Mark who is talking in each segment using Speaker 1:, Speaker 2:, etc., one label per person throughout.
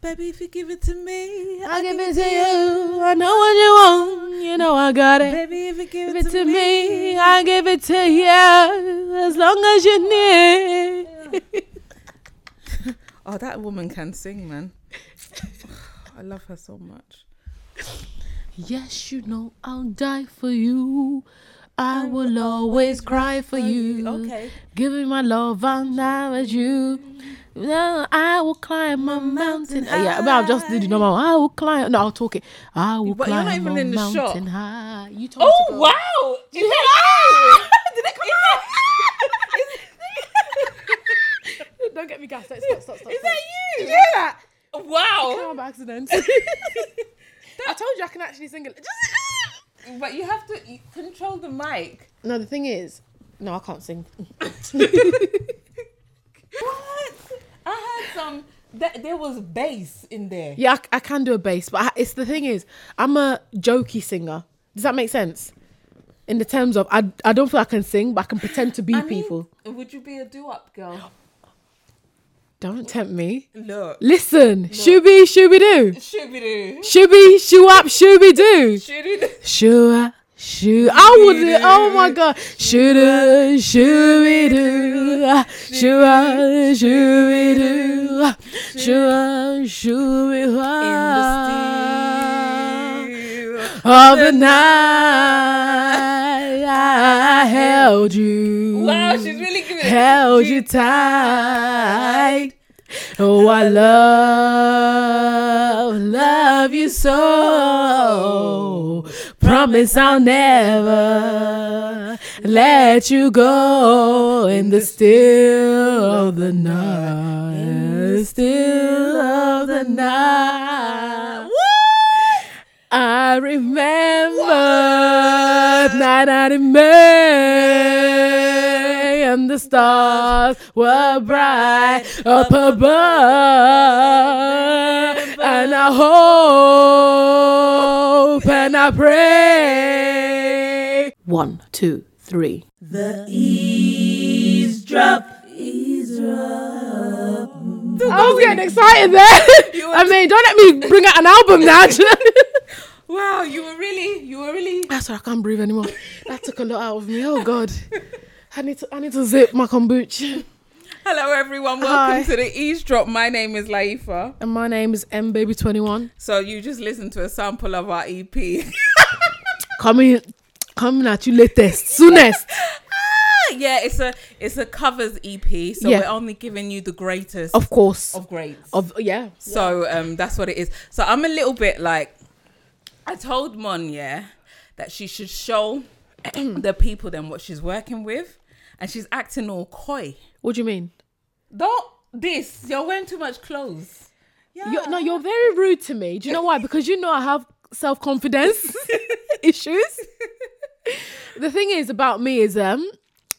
Speaker 1: Baby, if you give it to me,
Speaker 2: I'll give it to you. I know what you want. You know I got it.
Speaker 1: Baby, if you give
Speaker 2: Give it to me. I give it to you. As long as you need.
Speaker 1: Oh, that woman can sing, man. I love her so much.
Speaker 2: Yes, you know I'll die for you. I will always cry for
Speaker 1: Mm.
Speaker 2: you.
Speaker 1: Okay.
Speaker 2: Give me my love, I'll marry you. No, I will climb a mountain.
Speaker 1: mountain
Speaker 2: high. Yeah, but I'll just do the normal. I will climb. No, I'll talk it. I will
Speaker 1: But you're
Speaker 2: climb
Speaker 1: not even
Speaker 2: a
Speaker 1: in the shot.
Speaker 2: mountain high. You told me
Speaker 1: Oh
Speaker 2: to go.
Speaker 1: wow! Did it ah! Did it come out?
Speaker 2: Don't get me gassed. Stop, stop, stop. stop.
Speaker 1: Is that you? Did you hear that? Wow!
Speaker 2: Oh, by accident. I told you I can actually sing it.
Speaker 1: but you have to you control the mic.
Speaker 2: No, the thing is, no, I can't sing.
Speaker 1: What? I heard some. That there was bass in there.
Speaker 2: Yeah, I, I can do a bass, but I, it's the thing is, I'm a jokey singer. Does that make sense? In the terms of, I, I don't feel I can sing, but I can pretend to be
Speaker 1: I mean,
Speaker 2: people.
Speaker 1: Would you be a do-up girl?
Speaker 2: Don't tempt me.
Speaker 1: Look.
Speaker 2: Listen, shooby shooby doo,
Speaker 1: Shooby-doo.
Speaker 2: shooby shoo up shooby doo,
Speaker 1: Shooby-doo.
Speaker 2: shoo up shoo. I would. Oh my god, shooda shooby doo, shoo up shooby doo, shoo up shooby All the night I held you.
Speaker 1: Wow, she's really giving it.
Speaker 2: held
Speaker 1: She-
Speaker 2: you tight. Oh, I love, love you so. Promise I'll never let you go in the still of the night. Still of the night. I remember night out in May, and the stars were bright up above. And I hope and I pray. One, two, three. The eavesdrop, eavesdrop. I was getting excited there. I mean, don't let me bring out an album now. do you know?
Speaker 1: Wow, you were really, you were really.
Speaker 2: That's why I can't breathe anymore. That took a lot out of me. Oh God. I need to I need to zip my kombucha.
Speaker 1: Hello, everyone. Welcome
Speaker 2: Hi.
Speaker 1: to the eavesdrop. My name is Laifa.
Speaker 2: And my name is M Baby 21.
Speaker 1: So you just listened to a sample of our E EP.
Speaker 2: Coming coming at you latest, soonest.
Speaker 1: Ah, yeah, it's a it's a covers EP. So
Speaker 2: Yeah.
Speaker 1: we're only giving you the greatest
Speaker 2: Of course. Of,
Speaker 1: of greats.
Speaker 2: yeah.
Speaker 1: So um, that's what it is. So I'm a little bit like, I told Mon, yeah, that she should show the people then what she's working with, and she's acting all coy.
Speaker 2: What do you mean?
Speaker 1: Don't this. You're wearing too much clothes. Yeah.
Speaker 2: You're, no, you're very rude to me. Do you know why? Because you know I have self confidence issues. The thing is about me is um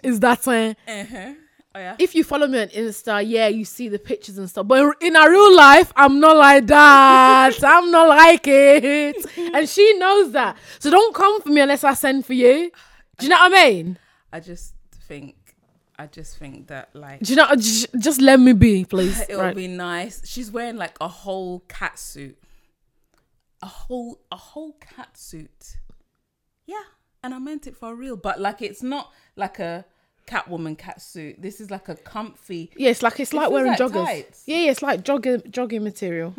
Speaker 2: is that uh,
Speaker 1: Uh-huh. Oh yeah.
Speaker 2: if you follow me on Insta, yeah, you see the pictures and stuff. But in our real life, I'm not like that. I'm not like it. And she knows that. So don't come for me unless I send for you. Do you know what I mean?
Speaker 1: I just think, I just think that like.
Speaker 2: Do you know? j- Just let me be, please.
Speaker 1: It'll
Speaker 2: Right.
Speaker 1: be nice. She's wearing like a whole cat suit. A whole a whole cat suit. Yeah. And I meant it for real. But like it's not like a catwoman cat suit. This is like a comfy
Speaker 2: yeah, it's like it's like
Speaker 1: feels
Speaker 2: wearing
Speaker 1: like
Speaker 2: joggers.
Speaker 1: tights. Hmm.
Speaker 2: Yeah, yeah, it's like jogging jogging material.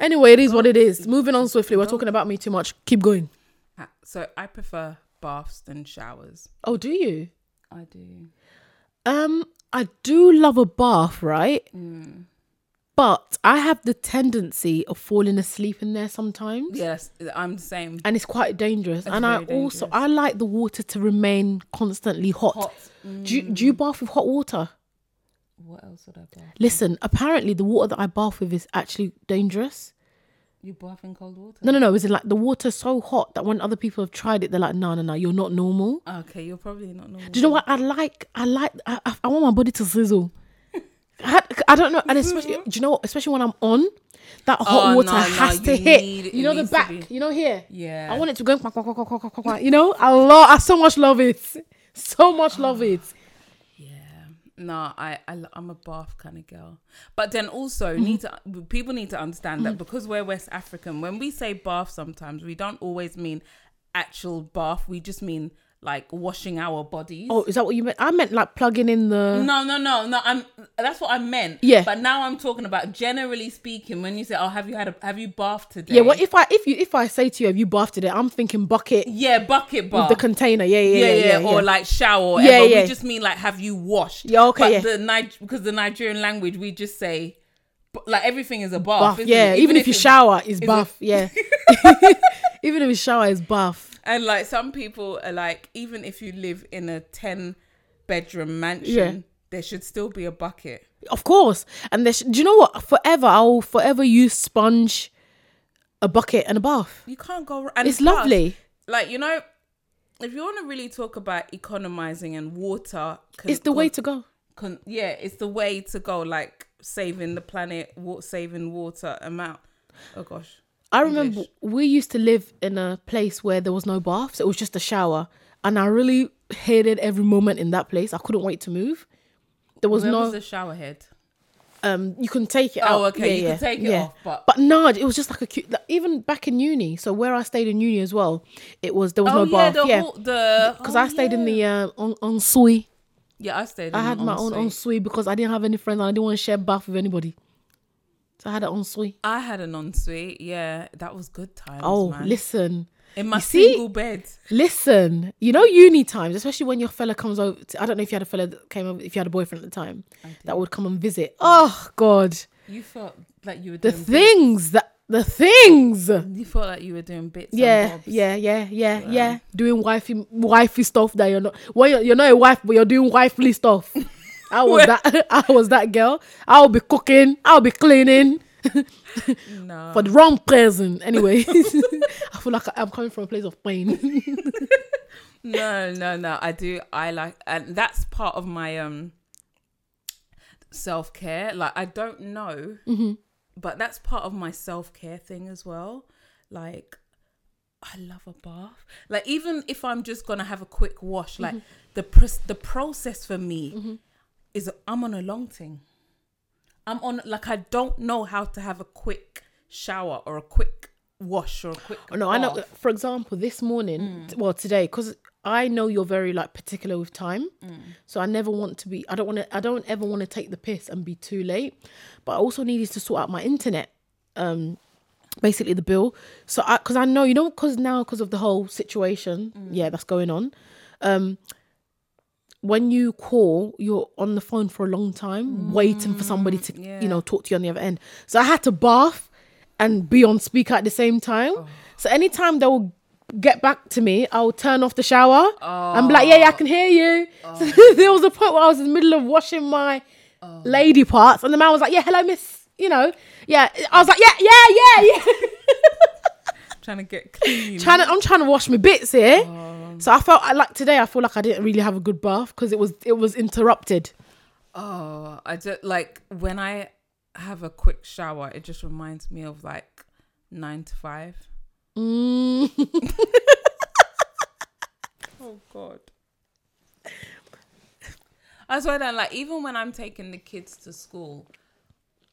Speaker 2: Anyway, it is what it
Speaker 1: Oh.
Speaker 2: is. Moving on swiftly. We're talking about me too much. Keep going.
Speaker 1: uh, so I prefer baths than showers.
Speaker 2: Oh, do you?
Speaker 1: I do.
Speaker 2: Um, I do love a bath, right? But I have the tendency of falling asleep in there sometimes.
Speaker 1: Yes, I'm the same.
Speaker 2: And it's quite dangerous. and I
Speaker 1: very
Speaker 2: also I like the water to remain constantly hot.
Speaker 1: Hot. Mm.
Speaker 2: Do, you, do you bath with hot water?
Speaker 1: What else would I bath?
Speaker 2: Listen, apparently the water that I bath with is actually dangerous.
Speaker 1: You bath in cold water?
Speaker 2: No, no, no. Is it like the water's so hot that when other people have tried it, they're like, no, no, no, you're not normal.
Speaker 1: Okay, you're probably not normal.
Speaker 2: Do you know what I like? I like. I, I- I want my body to sizzle. I, I don't know, and especially do you know what? Especially when I'm on, that hot
Speaker 1: Oh,
Speaker 2: water
Speaker 1: no, no,
Speaker 2: has to
Speaker 1: you
Speaker 2: hit.
Speaker 1: need-
Speaker 2: you
Speaker 1: it
Speaker 2: know the
Speaker 1: needs to
Speaker 2: back.
Speaker 1: be-
Speaker 2: You know here.
Speaker 1: Yeah.
Speaker 2: I want it to go. quack, quack, quack, quack, quack, quack, quack. You know, I love. I so much love it. So much love it.
Speaker 1: Yeah. No, I, I am a bath kind of girl. But then also
Speaker 2: Mm-hmm.
Speaker 1: need to people need to understand that because we're West African, when we say bath, sometimes we don't always mean actual bath. We just mean like washing our bodies.
Speaker 2: Oh, is that what you meant? I meant like plugging in the.
Speaker 1: No, no, no, no. I'm. That's what I meant.
Speaker 2: Yeah.
Speaker 1: But now I'm talking about generally speaking. When you say, "Oh, have you had a have you bathed today?"
Speaker 2: Yeah, well, if I if you if I say to you, have you bathed today? I'm thinking bucket,
Speaker 1: yeah, bucket bath.
Speaker 2: the container. Yeah, yeah,
Speaker 1: yeah,
Speaker 2: yeah,
Speaker 1: yeah, or like shower, or whatever.
Speaker 2: Yeah, yeah.
Speaker 1: We just mean like, have you washed?
Speaker 2: Yeah, okay,
Speaker 1: But
Speaker 2: yeah.
Speaker 1: the Nig- because the Nigerian language, we just say, b- like everything is a bath.
Speaker 2: bath.
Speaker 1: isn't
Speaker 2: Yeah,
Speaker 1: it?
Speaker 2: even, if you
Speaker 1: it's-
Speaker 2: shower, it's bath. Yeah, even if you shower, it's bath.
Speaker 1: And like some people are like, even if you live in a ten-bedroom mansion,
Speaker 2: Yeah.
Speaker 1: there should still be a bucket.
Speaker 2: Of course. And there's, do you know what? Forever, I'll forever use sponge, a bucket, and a bath.
Speaker 1: You can't go. wrong. And
Speaker 2: It's
Speaker 1: plus,
Speaker 2: lovely.
Speaker 1: Like you know, if you want to really talk about economizing and water, con-
Speaker 2: It's the way to go.
Speaker 1: con- yeah, it's the way to go. Like saving the planet, wa- saving water amount. Oh gosh.
Speaker 2: I remember we used to live in a place where there was no baths. It was just a shower, and I really hated every moment in that place. I couldn't wait to move. There was
Speaker 1: Where
Speaker 2: no
Speaker 1: was the shower head?
Speaker 2: um. You can take it out.
Speaker 1: Oh, okay, you can take it off, but-
Speaker 2: but no, it was just like a cute. Like, even back in uni, so where I stayed in uni as well, it was there was
Speaker 1: Oh
Speaker 2: no
Speaker 1: yeah,
Speaker 2: bath.
Speaker 1: the
Speaker 2: yeah,
Speaker 1: whole- the
Speaker 2: because
Speaker 1: oh,
Speaker 2: I stayed in
Speaker 1: yeah.
Speaker 2: the uh, en- ensuite.
Speaker 1: yeah I stayed.
Speaker 2: I had my own ensuite because I didn't have any friends and I didn't want to share bath with anybody. So I had an ensuite.
Speaker 1: I had an ensuite. Yeah, that was good times.
Speaker 2: Oh,
Speaker 1: man.
Speaker 2: listen.
Speaker 1: in my
Speaker 2: you see?
Speaker 1: single bed.
Speaker 2: Listen, you know uni times, especially when your fella comes over. To, I don't know if you had a fella that came over, if you had a boyfriend at the time that would come and visit. Oh God,
Speaker 1: You felt like you were
Speaker 2: the
Speaker 1: doing
Speaker 2: things that the things.
Speaker 1: bits. You felt like you were doing bits. and
Speaker 2: Yeah,
Speaker 1: bobs.
Speaker 2: yeah, yeah, yeah, yeah. Doing wifey wifey stuff that you're not. Well, you're, you're not a wife, but you're doing wifely stuff. I was that. I was that girl. I'll be cooking. I'll be cleaning.
Speaker 1: No.
Speaker 2: for the wrong person. Anyway, I feel like I'm coming from a place of pain.
Speaker 1: no no no i do i like and that's part of my um self-care like i don't know
Speaker 2: Mm-hmm.
Speaker 1: but that's part of my self-care thing as well like i love a bath like even if i'm just gonna have a quick wash like
Speaker 2: Mm-hmm.
Speaker 1: the pr- the process for me is i'm on a long thing i'm on like i don't know how to have a quick shower or a quick wash or a quick
Speaker 2: Oh, no, I know.
Speaker 1: bath.
Speaker 2: For example, this morning, t- well, today, because I know you're very like particular with time, so I never want to be. I don't want to. I don't ever want to take the piss and be too late. But I also needed to sort out my internet. Um, basically the bill. So I, because I know you know, because now because of the whole situation, yeah, that's going on. Um. When you call, you're on the phone for a long time, waiting for somebody to, you know, talk to you on the other end. So I had to bath and be on speaker at the same time. So anytime they will get back to me, I'll turn off the shower. I'm like, yeah, yeah, I can hear you. So there was a point where I was in the middle of washing my lady parts, and the man was like, yeah, hello, miss. You know, yeah. I was like, yeah, yeah, yeah, yeah.
Speaker 1: trying to get clean
Speaker 2: trying to, I'm trying to wash my bits here.
Speaker 1: Oh.
Speaker 2: So I felt I- like today. I feel like I didn't really have a good bath because it was it was interrupted.
Speaker 1: Oh, I just like when I have a quick shower, it just reminds me of like nine to five.
Speaker 2: Mm.
Speaker 1: Oh God. That's why I don't like even when I'm taking the kids to school,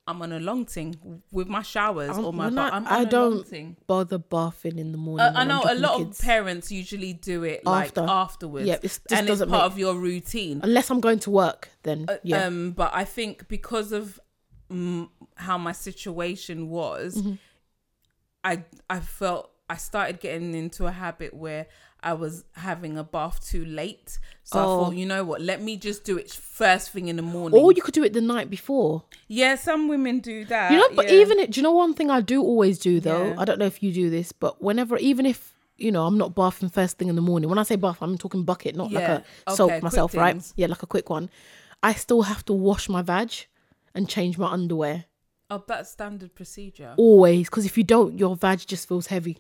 Speaker 1: I'm on a long thing with my showers
Speaker 2: I'm-
Speaker 1: or my
Speaker 2: when
Speaker 1: bath.
Speaker 2: I-
Speaker 1: I'm on
Speaker 2: I
Speaker 1: a long
Speaker 2: don't-
Speaker 1: thing.
Speaker 2: Bother bathing in the morning.
Speaker 1: Uh, I
Speaker 2: when I'm
Speaker 1: know a
Speaker 2: dropping the
Speaker 1: lot
Speaker 2: kids.
Speaker 1: of parents usually do it like
Speaker 2: After.
Speaker 1: afterwards.
Speaker 2: Yeah, it just
Speaker 1: and it's
Speaker 2: doesn't
Speaker 1: part
Speaker 2: make-
Speaker 1: of your routine.
Speaker 2: unless I'm going to work, then yeah.
Speaker 1: Um, but I think because of mm, how my situation was,
Speaker 2: Mm-hmm.
Speaker 1: I I felt I started getting into a habit where I was having a bath too late. So I
Speaker 2: Oh.
Speaker 1: thought, you know what? Let me just do it first thing in the morning.
Speaker 2: or you could do it the night before.
Speaker 1: yeah, some women do that.
Speaker 2: You know, but
Speaker 1: Uh, yeah.
Speaker 2: even it, do you know one thing I do always do though?
Speaker 1: Yeah.
Speaker 2: I don't know if you do this, but whenever, even if you know, I'm not bathing first thing in the morning. When I say bath, I'm talking bucket, not
Speaker 1: Yeah.
Speaker 2: like a soak
Speaker 1: Okay, quick
Speaker 2: myself, right?
Speaker 1: things.
Speaker 2: Yeah, like a quick one. I still have to wash my vag and change my underwear
Speaker 1: oh, that's standard procedure.
Speaker 2: always, because if you don't, your vag just feels heavy.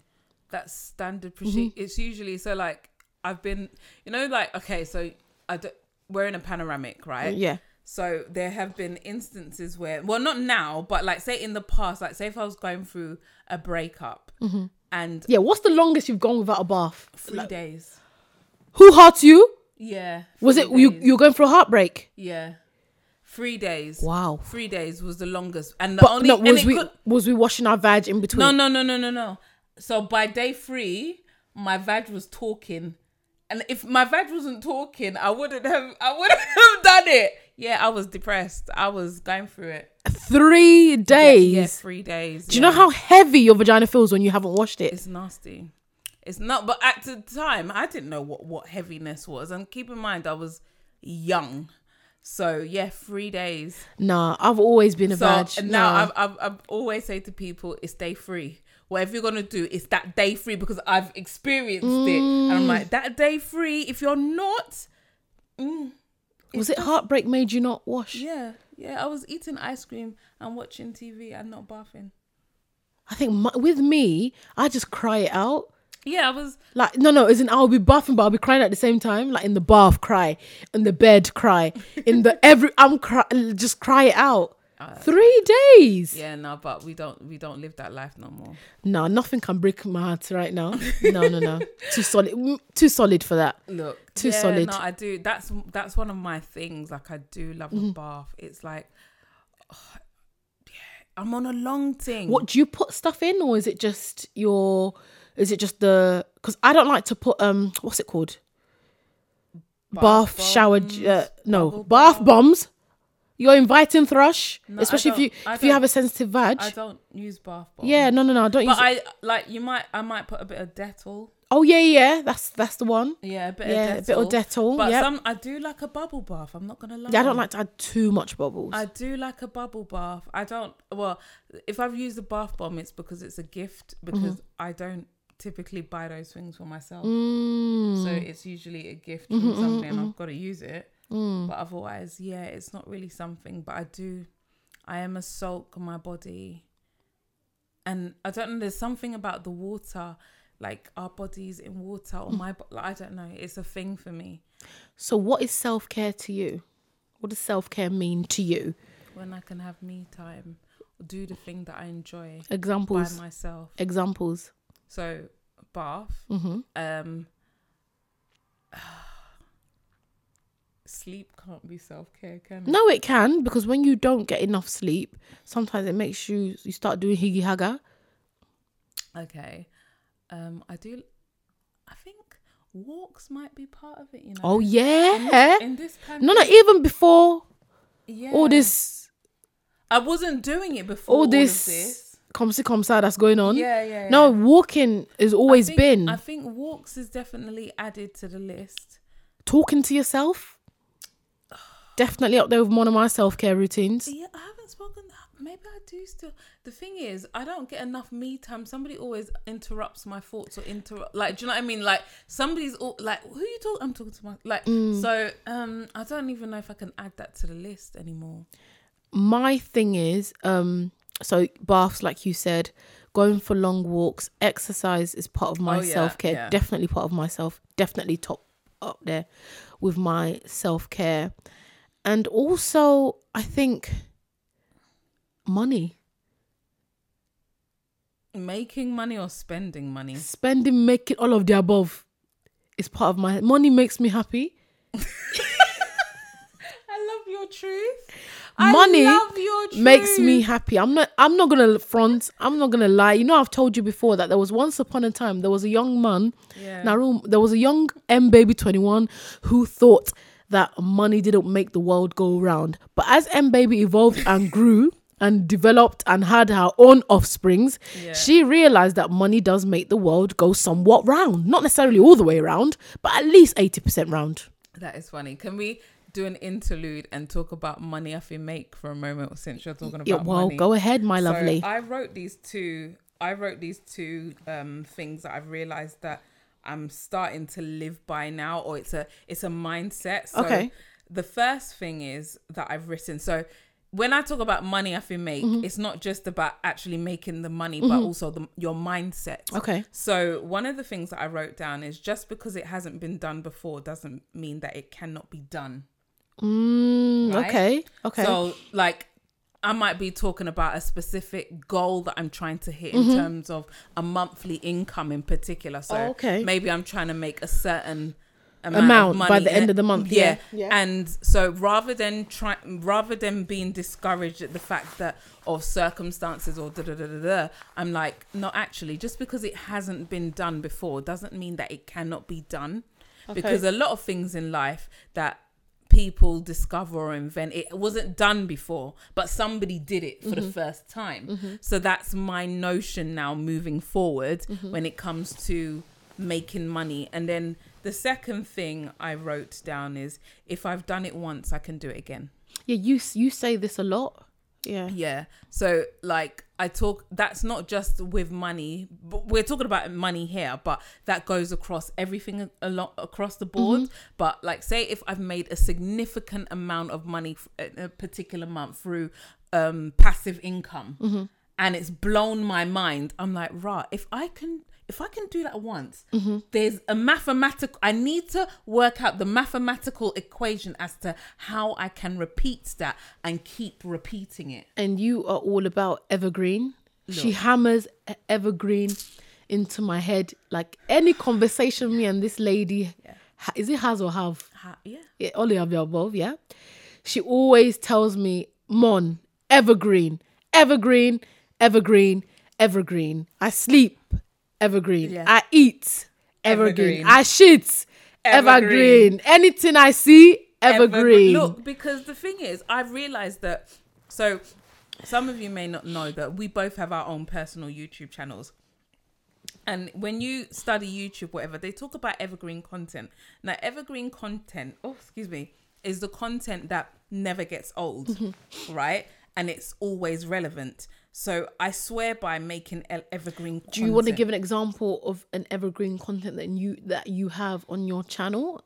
Speaker 1: that's standard
Speaker 2: Mm-hmm.
Speaker 1: procedure. It's usually so like I've been, you know, like okay, so I do, we're in a panoramic, right?
Speaker 2: Yeah.
Speaker 1: So there have been instances where, well, not now, but like say in the past, like say if I was going through a breakup
Speaker 2: Mm-hmm.
Speaker 1: and
Speaker 2: Yeah. What's the longest you've gone without a bath?
Speaker 1: three days,
Speaker 2: Who hurt you?
Speaker 1: yeah,
Speaker 2: Was
Speaker 1: three
Speaker 2: it you?
Speaker 1: days.
Speaker 2: You're going for a heartbreak.
Speaker 1: Yeah, Three days.
Speaker 2: Wow.
Speaker 1: Three days was the longest, and the
Speaker 2: But
Speaker 1: only
Speaker 2: no,
Speaker 1: and
Speaker 2: was
Speaker 1: it
Speaker 2: we
Speaker 1: could-
Speaker 2: was we washing our vag in between?
Speaker 1: no, no, no, no, no, no. So by day three, my vag was talking, and if my vag wasn't talking, I wouldn't have, I wouldn't have done it. Yeah, I was depressed. I was going through it.
Speaker 2: Three days.
Speaker 1: Yeah, three days.
Speaker 2: Do you know how heavy your vagina feels when you haven't washed it?
Speaker 1: It's nasty. It's not, but at the time, I didn't know what what heaviness was, and keep in mind, I was young. So yeah, three days.
Speaker 2: Nah, I've always been a
Speaker 1: So
Speaker 2: vag.
Speaker 1: and now
Speaker 2: nah.
Speaker 1: I've, I've, I've always say to people, it's day three. Whatever you're gonna do, it's that day three because I've experienced it, and I'm like that day three. If you're not,
Speaker 2: was it heartbreak made you not wash?
Speaker 1: yeah, yeah, I was eating ice cream and watching TV and not bathing.
Speaker 2: I think my, with me, I just cry it out.
Speaker 1: Yeah, I was.
Speaker 2: Like no, no, isn't I'll be buffing, but I'll be crying at the same time. Like in the bath, cry in the bed, cry in the every. I'm cry, just cry it out.
Speaker 1: Uh,
Speaker 2: Three days.
Speaker 1: Yeah, no, but we don't we don't live that life no more.
Speaker 2: No, nothing can break my heart right now. No, no, no. too solid. mm, Too solid for that.
Speaker 1: Look,
Speaker 2: Too solid.
Speaker 1: No, I do. That's that's one of my things. Like I do love
Speaker 2: Mm-hmm.
Speaker 1: a bath. It's like, oh, yeah, I'm on a long thing.
Speaker 2: What do you put stuff in, or is it just your? Is it just the? Because I don't like to put um. What's it called? bath, shower j- uh, no
Speaker 1: bubble
Speaker 2: bath
Speaker 1: bath.
Speaker 2: bombs you're inviting thrush
Speaker 1: No, I
Speaker 2: especially if
Speaker 1: don't-
Speaker 2: you
Speaker 1: I
Speaker 2: if you have
Speaker 1: don't-
Speaker 2: a sensitive vag
Speaker 1: I don't use bath bombs.
Speaker 2: yeah no no no don't use
Speaker 1: But I like you might I might put a bit of Dettol.
Speaker 2: oh yeah yeah that's that's the one
Speaker 1: Yeah, a bit
Speaker 2: yeah a
Speaker 1: of Dettol.
Speaker 2: bit of Dettol
Speaker 1: But
Speaker 2: yeah
Speaker 1: some I do like a bubble bath. I'm not gonna lie.
Speaker 2: yeah I don't like to add too much bubbles
Speaker 1: I do like a bubble bath. I don't. Well, if I've used a bath bomb, it's because it's a gift.
Speaker 2: Mm-hmm.
Speaker 1: Because I don't typically buy those things for myself.
Speaker 2: Mm.
Speaker 1: So it's usually a gift from something. and I've got to use it. But otherwise, yeah, it's not really something. But I do. I am a soak my body. And I don't know. There's something about the water, like our bodies in water, or my. bo- Like, I don't know. It's a thing for me.
Speaker 2: so what is self care to you what does self care mean to you
Speaker 1: When I can have me time, do the thing that I enjoy by
Speaker 2: examples
Speaker 1: myself.
Speaker 2: examples
Speaker 1: So bath,
Speaker 2: mm-hmm.
Speaker 1: um, sleep can't be self care, can it?
Speaker 2: no it can because when you don't get enough sleep sometimes it makes you you start doing higgy haga
Speaker 1: Okay, um, I do. I think walks might be part of it. You know.
Speaker 2: oh yeah
Speaker 1: In this pandemic,
Speaker 2: no no even before
Speaker 1: yeah.
Speaker 2: all this
Speaker 1: I wasn't doing it before.
Speaker 2: all
Speaker 1: All
Speaker 2: this
Speaker 1: this. All of this.
Speaker 2: comsi comsa that's going on.
Speaker 1: Yeah, yeah,
Speaker 2: No, walking has
Speaker 1: I
Speaker 2: always
Speaker 1: think-
Speaker 2: been
Speaker 1: I think walks is definitely added to the list.
Speaker 2: talking to yourself. Definitely up there with one of my self care routines.
Speaker 1: Yeah, I haven't spoken. Maybe I do still. The thing is, I don't get enough me time. Somebody always interrupts my thoughts or interrupt. Like, do you know what I mean? Like, somebody's all, like, who you talking? I'm talking to my like.
Speaker 2: Mm.
Speaker 1: So, um, I don't even know if I can add that to the list anymore.
Speaker 2: My thing is, um, so baths, like you said, going for long walks, exercise is part of my
Speaker 1: Oh, yeah,
Speaker 2: self care.
Speaker 1: yeah.
Speaker 2: Definitely part of myself. Definitely top up there with my self care, and also I think money.
Speaker 1: Making money or spending money.
Speaker 2: spending, making all of the above is part of my money makes me happy.
Speaker 1: I love your truth.
Speaker 2: Money
Speaker 1: I love your truth.
Speaker 2: Makes me happy. I'm not I'm not gonna front, I'm not gonna lie. You know, I've told you before that there was once upon a time there was a young man,
Speaker 1: Yeah.
Speaker 2: Narum, there was a young M baby 21 who thought that money didn't make the world go round. But as M baby evolved and grew and developed and had her own offsprings,
Speaker 1: Yeah.
Speaker 2: she realized that money does make the world go somewhat round. Not necessarily all the way round, but at least 80% round.
Speaker 1: That is funny. Can we do an interlude and talk about money if we make for a moment since you're talking about
Speaker 2: Yeah, well,
Speaker 1: money?
Speaker 2: go ahead, my
Speaker 1: So
Speaker 2: lovely.
Speaker 1: I wrote these two. I wrote these two um, things that I've realized that I'm starting to live by now, or it's a it's a mindset. So
Speaker 2: Okay.
Speaker 1: The first thing is that I've written. So when I talk about money, I feel make
Speaker 2: Mm-hmm.
Speaker 1: it's not just about actually making the money, but also the, your mindset.
Speaker 2: Okay.
Speaker 1: So one of the things that I wrote down is just because it hasn't been done before doesn't mean that it cannot be done.
Speaker 2: Mm,
Speaker 1: right?
Speaker 2: Okay. Okay.
Speaker 1: So, like, I might be talking about a specific goal that I'm trying to hit in terms of a monthly income in particular. So,
Speaker 2: Mm-hmm. Oh, okay.
Speaker 1: maybe I'm trying to make a certain amount,
Speaker 2: Amount
Speaker 1: of
Speaker 2: by
Speaker 1: money
Speaker 2: the end of the month, yeah. Yeah.
Speaker 1: And so rather than try, rather than being discouraged at the fact that of circumstances or da da da da da, I'm like, no, actually, just because it hasn't been done before doesn't mean that it cannot be done, because a lot of things in life that people discover or invent it wasn't done before but somebody did it for the first time so that's my notion now moving forward when it comes to making money and then the second thing i wrote down is if i've done it once i can do it again
Speaker 2: Yeah, you s- you say this a lot. Yeah.
Speaker 1: yeah so like i talk that's not just with money but we're talking about money here but that goes across everything a lot across the board but like say if i've made a significant amount of money f- in a particular month through um passive income and it's blown my mind i'm like right if i can if i can do that once there's a mathematical i need to work out the mathematical equation as to how i can repeat that and keep repeating it
Speaker 2: And you are all about evergreen. She hammers e- evergreen into my head. Like any conversation me and this lady, ha- is it has or have?
Speaker 1: Ha- yeah
Speaker 2: yeah, only of the above, yeah. She always tells me, Mon, evergreen, evergreen, evergreen, evergreen. I sleep, evergreen.
Speaker 1: Yeah.
Speaker 2: I eat, evergreen.
Speaker 1: Evergreen.
Speaker 2: I shit, evergreen.
Speaker 1: Evergreen.
Speaker 2: Anything I see, evergreen.
Speaker 1: Evergreen. Look, because the thing is, I've realized that. So, some of you may not know that we both have our own personal YouTube channels. And when you study YouTube, whatever, they talk about evergreen content. Now, evergreen content, oh, excuse me, is the content that never gets old, right? And it's always relevant. So, I swear by making el- evergreen content.
Speaker 2: Do you want to give an example of an evergreen content that you that you have on your channel?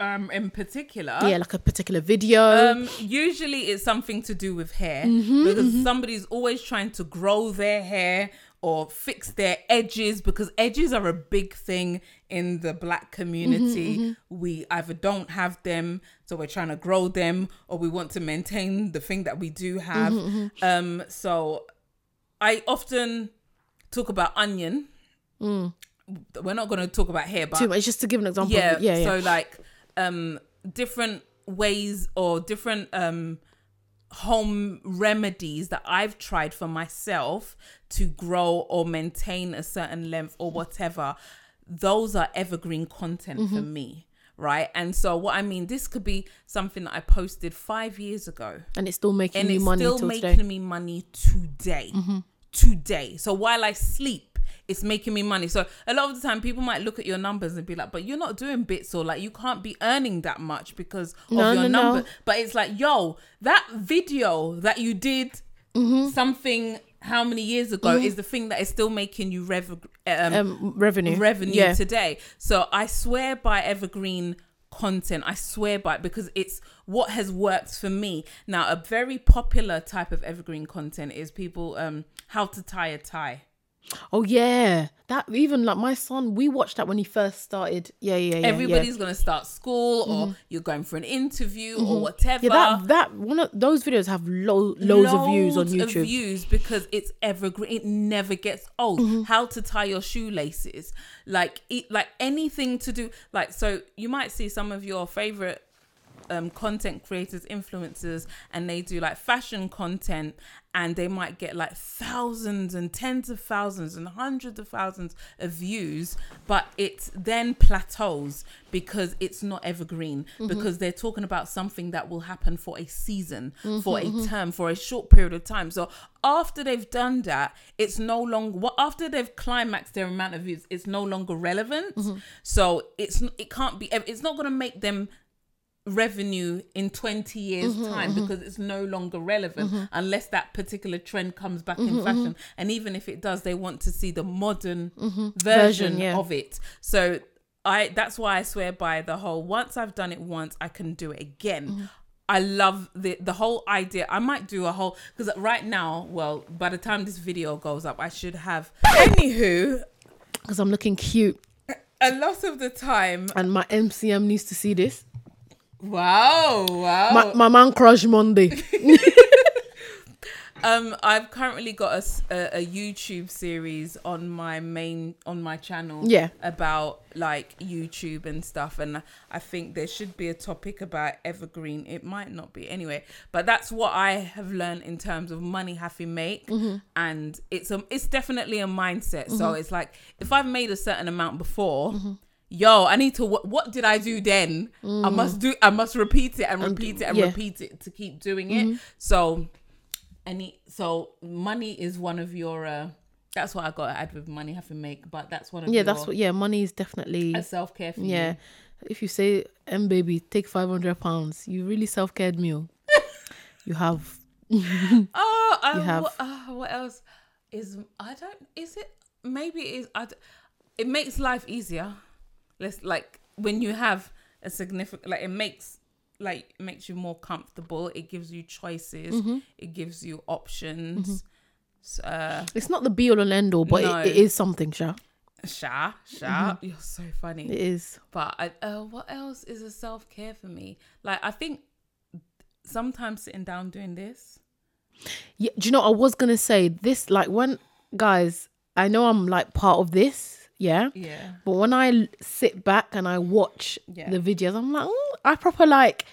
Speaker 1: um, in particular?
Speaker 2: yeah, like a particular video.
Speaker 1: Um, usually it's something to do with hair because somebody's always trying to grow their hair or fix their edges because edges are a big thing in the black community. We either don't have them, so we're trying to grow them, or we want to maintain the thing that we do have. Um, so I often talk about onion. We're not going to talk about hair, but
Speaker 2: too much, just to give an example.
Speaker 1: yeah,
Speaker 2: of, yeah, yeah.
Speaker 1: So like um different ways or different um home remedies that I've tried for myself to grow or maintain a certain length or whatever, those are evergreen content for
Speaker 2: Mm-hmm.
Speaker 1: me. Right. And so what I mean, this could be something that I posted five years ago
Speaker 2: and it's still making
Speaker 1: and
Speaker 2: you
Speaker 1: it's
Speaker 2: money
Speaker 1: still
Speaker 2: till
Speaker 1: making
Speaker 2: today. Mm-hmm.
Speaker 1: me money today today so while i sleep it's making me money so a lot of the time people might look at your numbers and be like but you're not doing bits or like you can't be earning that much because
Speaker 2: No,
Speaker 1: of your
Speaker 2: no, no.
Speaker 1: number but it's like yo that video that you did
Speaker 2: Mm-hmm.
Speaker 1: something how many years ago is the thing that is still making you rev- um,
Speaker 2: um, revenue.
Speaker 1: revenue
Speaker 2: Yeah.
Speaker 1: today. So I swear by evergreen content. I swear by it because it's what has worked for me. Now, a very popular type of evergreen content is people um how to tie a tie.
Speaker 2: Oh yeah, that even like my son, we watched that when he first started. Yeah, yeah, yeah. Mm-hmm.
Speaker 1: Everybody's gonna start school or you're going for an interview or whatever.
Speaker 2: yeah. yeah that that one of those videos have lo- loads, of views on
Speaker 1: Loads of
Speaker 2: YouTube.
Speaker 1: views because it's evergreen. It never gets old.
Speaker 2: Mm-hmm.
Speaker 1: How to tie your shoelaces, like it, like anything to do, like so. You might see some of your favorite um, content creators, influencers, and they do like fashion content, and they might get like thousands and tens of thousands and hundreds of thousands of views, but it then plateaus because it's not evergreen, because they're talking about something that will happen for a season, for a term, for a short period of time. So after they've done that, it's no longer what after they've climaxed their amount of views, it's no longer relevant. So it's it can't be it's not going to make them revenue in 20 years
Speaker 2: Mm-hmm,
Speaker 1: time because it's no longer relevant unless that particular trend comes back
Speaker 2: Mm-hmm,
Speaker 1: in fashion and even if it does they want to see the modern version,
Speaker 2: Mm-hmm. Version, yeah.
Speaker 1: of it so i that's why i swear by the whole once i've done it once i can do it again
Speaker 2: Mm-hmm.
Speaker 1: I love the the whole idea. I might do a whole because right now, well, by the time this video goes up, I should have. Anywho,
Speaker 2: Because I'm looking cute,
Speaker 1: a lot of the time.
Speaker 2: and my MCM needs to see this.
Speaker 1: Wow, wow. Oh.
Speaker 2: My, my man crush Monday.
Speaker 1: Um, I've currently got a s- a, a YouTube series on my main on my channel.
Speaker 2: Yeah.
Speaker 1: About like YouTube and stuff, and I think there should be a topic about evergreen. It might not be anyway, but that's what I have learned in terms of money happy make,
Speaker 2: Mm-hmm.
Speaker 1: and it's um it's definitely a mindset. So it's like if I've made a certain amount before.
Speaker 2: Mm-hmm.
Speaker 1: Yo, I need to. What, what did I do then? I must do. I must repeat it and repeat it and
Speaker 2: Mm-hmm. yeah. Mm-hmm.
Speaker 1: repeat it to keep doing it. So any so money is one of your uh that's what i got to add with money have to make but that's one of
Speaker 2: Yeah,
Speaker 1: your
Speaker 2: that's what. Yeah, money is definitely.
Speaker 1: a self-care for you.
Speaker 2: Yeah. If you say, M baby, take 500 pounds, you really self cared meal. you have.
Speaker 1: oh um,
Speaker 2: have-
Speaker 1: What, uh, what else is i don't is it maybe it is I d- it makes life easier let's like when you have a significant like it makes like it makes you more comfortable it gives you choices
Speaker 2: Mm-hmm.
Speaker 1: it gives you options So, uh
Speaker 2: It's not the be all and end all, but
Speaker 1: No.
Speaker 2: it, it is something, Sha.
Speaker 1: sha sha
Speaker 2: Mm-hmm.
Speaker 1: you're so funny
Speaker 2: It is.
Speaker 1: But I, uh, what else is a self care for me? Like I think sometimes sitting down doing this.
Speaker 2: Yeah, do you know? I was gonna say this. Like when guys, I know I'm like part of this. Yeah.
Speaker 1: Yeah.
Speaker 2: But when I l- sit back and I watch
Speaker 1: Yeah.
Speaker 2: the videos, I'm like, "Mm," I proper like,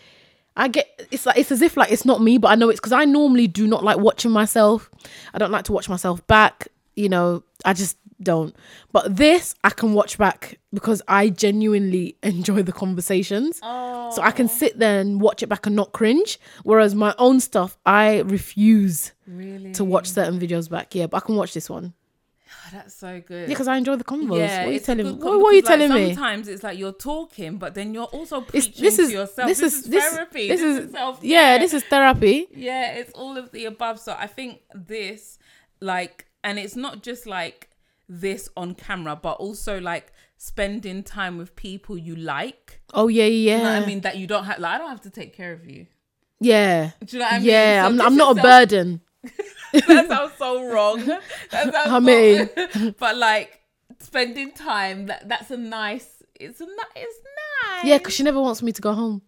Speaker 2: I get it's like it's as if like it's not me, but I know it's because I normally do not like watching myself. I don't like to watch myself back. You know, I just don't. But this I can watch back because I genuinely enjoy the conversations.
Speaker 1: Oh.
Speaker 2: So I can sit there and watch it back and not cringe. Whereas my own stuff, I refuse
Speaker 1: Really.
Speaker 2: to watch certain videos back. Yeah, but I can watch this one.
Speaker 1: Oh, that's so good.
Speaker 2: Yeah, because I enjoy the convos.
Speaker 1: Yeah,
Speaker 2: what are you
Speaker 1: it's a
Speaker 2: telling me?
Speaker 1: good
Speaker 2: What,
Speaker 1: com-
Speaker 2: what are you
Speaker 1: because, like,
Speaker 2: telling me?
Speaker 1: Sometimes it's like you're talking, but then you're also
Speaker 2: It's-
Speaker 1: preaching to yourself. This, is, therapy. This, is, self.
Speaker 2: yeah, this is therapy.
Speaker 1: Yeah, it's all of the above. So I think this, like, and it's not just like this on camera, but also like spending time with people you like.
Speaker 2: Oh yeah, yeah,
Speaker 1: You know what I mean? That you don't have. Like, I don't have to take care of you.
Speaker 2: yeah,
Speaker 1: Do you know what I mean?
Speaker 2: yeah.
Speaker 1: So
Speaker 2: I'm,
Speaker 1: this
Speaker 2: I'm
Speaker 1: is
Speaker 2: not a
Speaker 1: so-
Speaker 2: burden.
Speaker 1: That sounds so wrong. That sounds
Speaker 2: I
Speaker 1: so-
Speaker 2: mean-
Speaker 1: but like spending time. That, that's a nice. It's a. ni- It's nice.
Speaker 2: Yeah, because she never wants me to go home.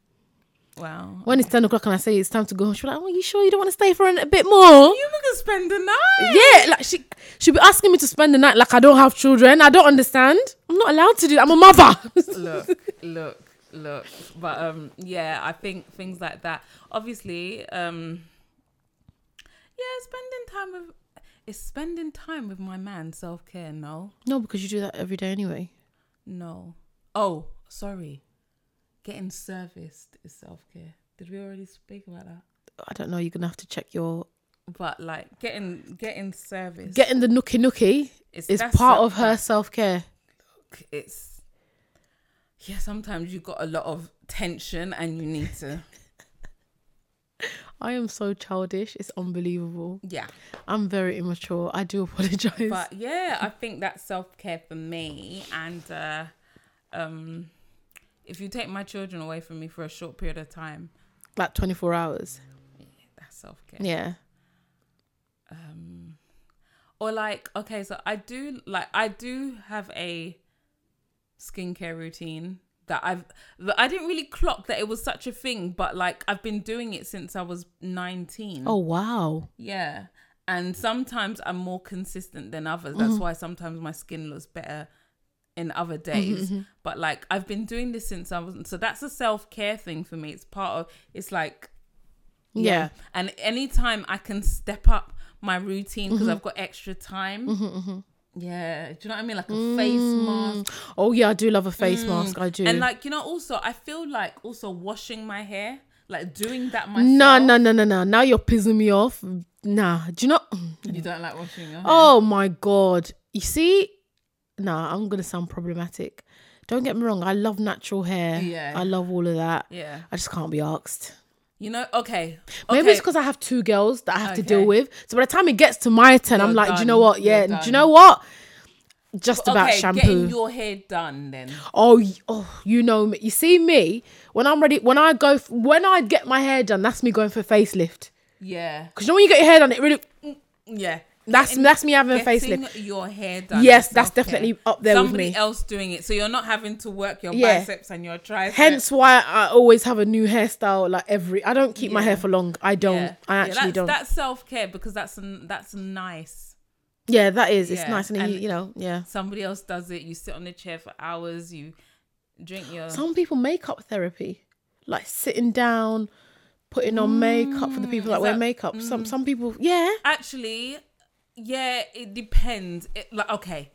Speaker 1: Wow.
Speaker 2: When it's ten o'clock and I say it's time to go home, she's like, "Oh, you sure you don't want to stay for an, a bit more?"
Speaker 1: You can spend the night.
Speaker 2: Yeah, like she she'll be asking me to spend the night like I don't have children. I don't understand. I'm not allowed to do that. I'm a mother.
Speaker 1: look, look, look. But um, yeah, I think things like that. Obviously, um, yeah, spending time with. It's spending time with my man self care. No,
Speaker 2: no, because you do that every day anyway.
Speaker 1: No. Oh, sorry. Getting serviced is self care. Did we already speak about that?
Speaker 2: I don't know. You're gonna have to check your
Speaker 1: But like getting getting serviced
Speaker 2: getting the nookie nookie
Speaker 1: It's-
Speaker 2: is
Speaker 1: that's
Speaker 2: part
Speaker 1: a-
Speaker 2: of her self care.
Speaker 1: it's yeah. Sometimes you got a lot of tension and you need to
Speaker 2: I am so childish. It's unbelievable.
Speaker 1: yeah.
Speaker 2: I'm very immature. I do apologize.
Speaker 1: But yeah, I think that's self care for me. And uh, um, if you take my children away from me for a short period of time,
Speaker 2: like 24 hours.
Speaker 1: that's self care.
Speaker 2: Yeah.
Speaker 1: um or like okay so i do like i do have a skincare routine that i've that i didn't really clock that it was such a thing but like i've been doing it since i was 19
Speaker 2: Oh wow.
Speaker 1: yeah and sometimes i'm more consistent than others that's why sometimes my skin looks better in other days but like i've been doing this since i was so that's a self-care thing for me it's part of it's like
Speaker 2: Yeah.
Speaker 1: and anytime I can step up my routine because
Speaker 2: Mm-hmm.
Speaker 1: I've got extra time. Yeah. Do you know what I mean? Like a
Speaker 2: Mm,
Speaker 1: face mask.
Speaker 2: Oh yeah, I do love a face mask. I do.
Speaker 1: Mm. And like, you know, also I feel like also washing my hair, like doing that myself.
Speaker 2: no, no, no, no, no. Now you're pissing me off. Nah. Do you not?
Speaker 1: You don't like washing your hair.
Speaker 2: Oh my god. You see? Nah, I'm gonna sound problematic. Don't get me wrong. I love natural hair.
Speaker 1: Yeah.
Speaker 2: I love all of that.
Speaker 1: Yeah.
Speaker 2: I just can't be asked.
Speaker 1: You know, okay.
Speaker 2: Maybe
Speaker 1: okay.
Speaker 2: it's because I have two girls that I have to deal
Speaker 1: Okay.
Speaker 2: with. So by the time it gets to my turn, I'm
Speaker 1: You're
Speaker 2: like, do you
Speaker 1: done.
Speaker 2: know what?
Speaker 1: You're
Speaker 2: Yeah. Do
Speaker 1: done.
Speaker 2: you know what? Just about
Speaker 1: okay,
Speaker 2: shampoo.
Speaker 1: getting your hair done then.
Speaker 2: Oh, y- oh, you know me. You see me when I'm ready. When I go, f- when I get my hair done, that's me going for facelift.
Speaker 1: Yeah.
Speaker 2: Cause you know when you get your hair done, it really
Speaker 1: Yeah.
Speaker 2: That's that's me having a
Speaker 1: Getting
Speaker 2: facelift.
Speaker 1: your hair done.
Speaker 2: Yes,
Speaker 1: is
Speaker 2: that's
Speaker 1: self-care.
Speaker 2: definitely up there with
Speaker 1: Somebody
Speaker 2: me.
Speaker 1: else doing it, so you're not having to work your
Speaker 2: Yeah.
Speaker 1: biceps and your triceps.
Speaker 2: Hence why I always have a new hairstyle. Like every, I don't keep my
Speaker 1: Yeah.
Speaker 2: hair for long. I don't.
Speaker 1: Yeah.
Speaker 2: I
Speaker 1: Yeah,
Speaker 2: actually
Speaker 1: that's,
Speaker 2: don't.
Speaker 1: That's self care because that's n- that's nice.
Speaker 2: yeah, that is. It's
Speaker 1: Yeah,
Speaker 2: nice, and, you,
Speaker 1: and-
Speaker 2: you know, yeah.
Speaker 1: Somebody else does it. You sit on the chair for hours. You drink your.
Speaker 2: Some people makeup therapy, like sitting down, putting on makeup for the people that
Speaker 1: Mm, is
Speaker 2: wear
Speaker 1: that-
Speaker 2: makeup. Some some people, yeah.
Speaker 1: Actually, yeah, it depends. It, like okay,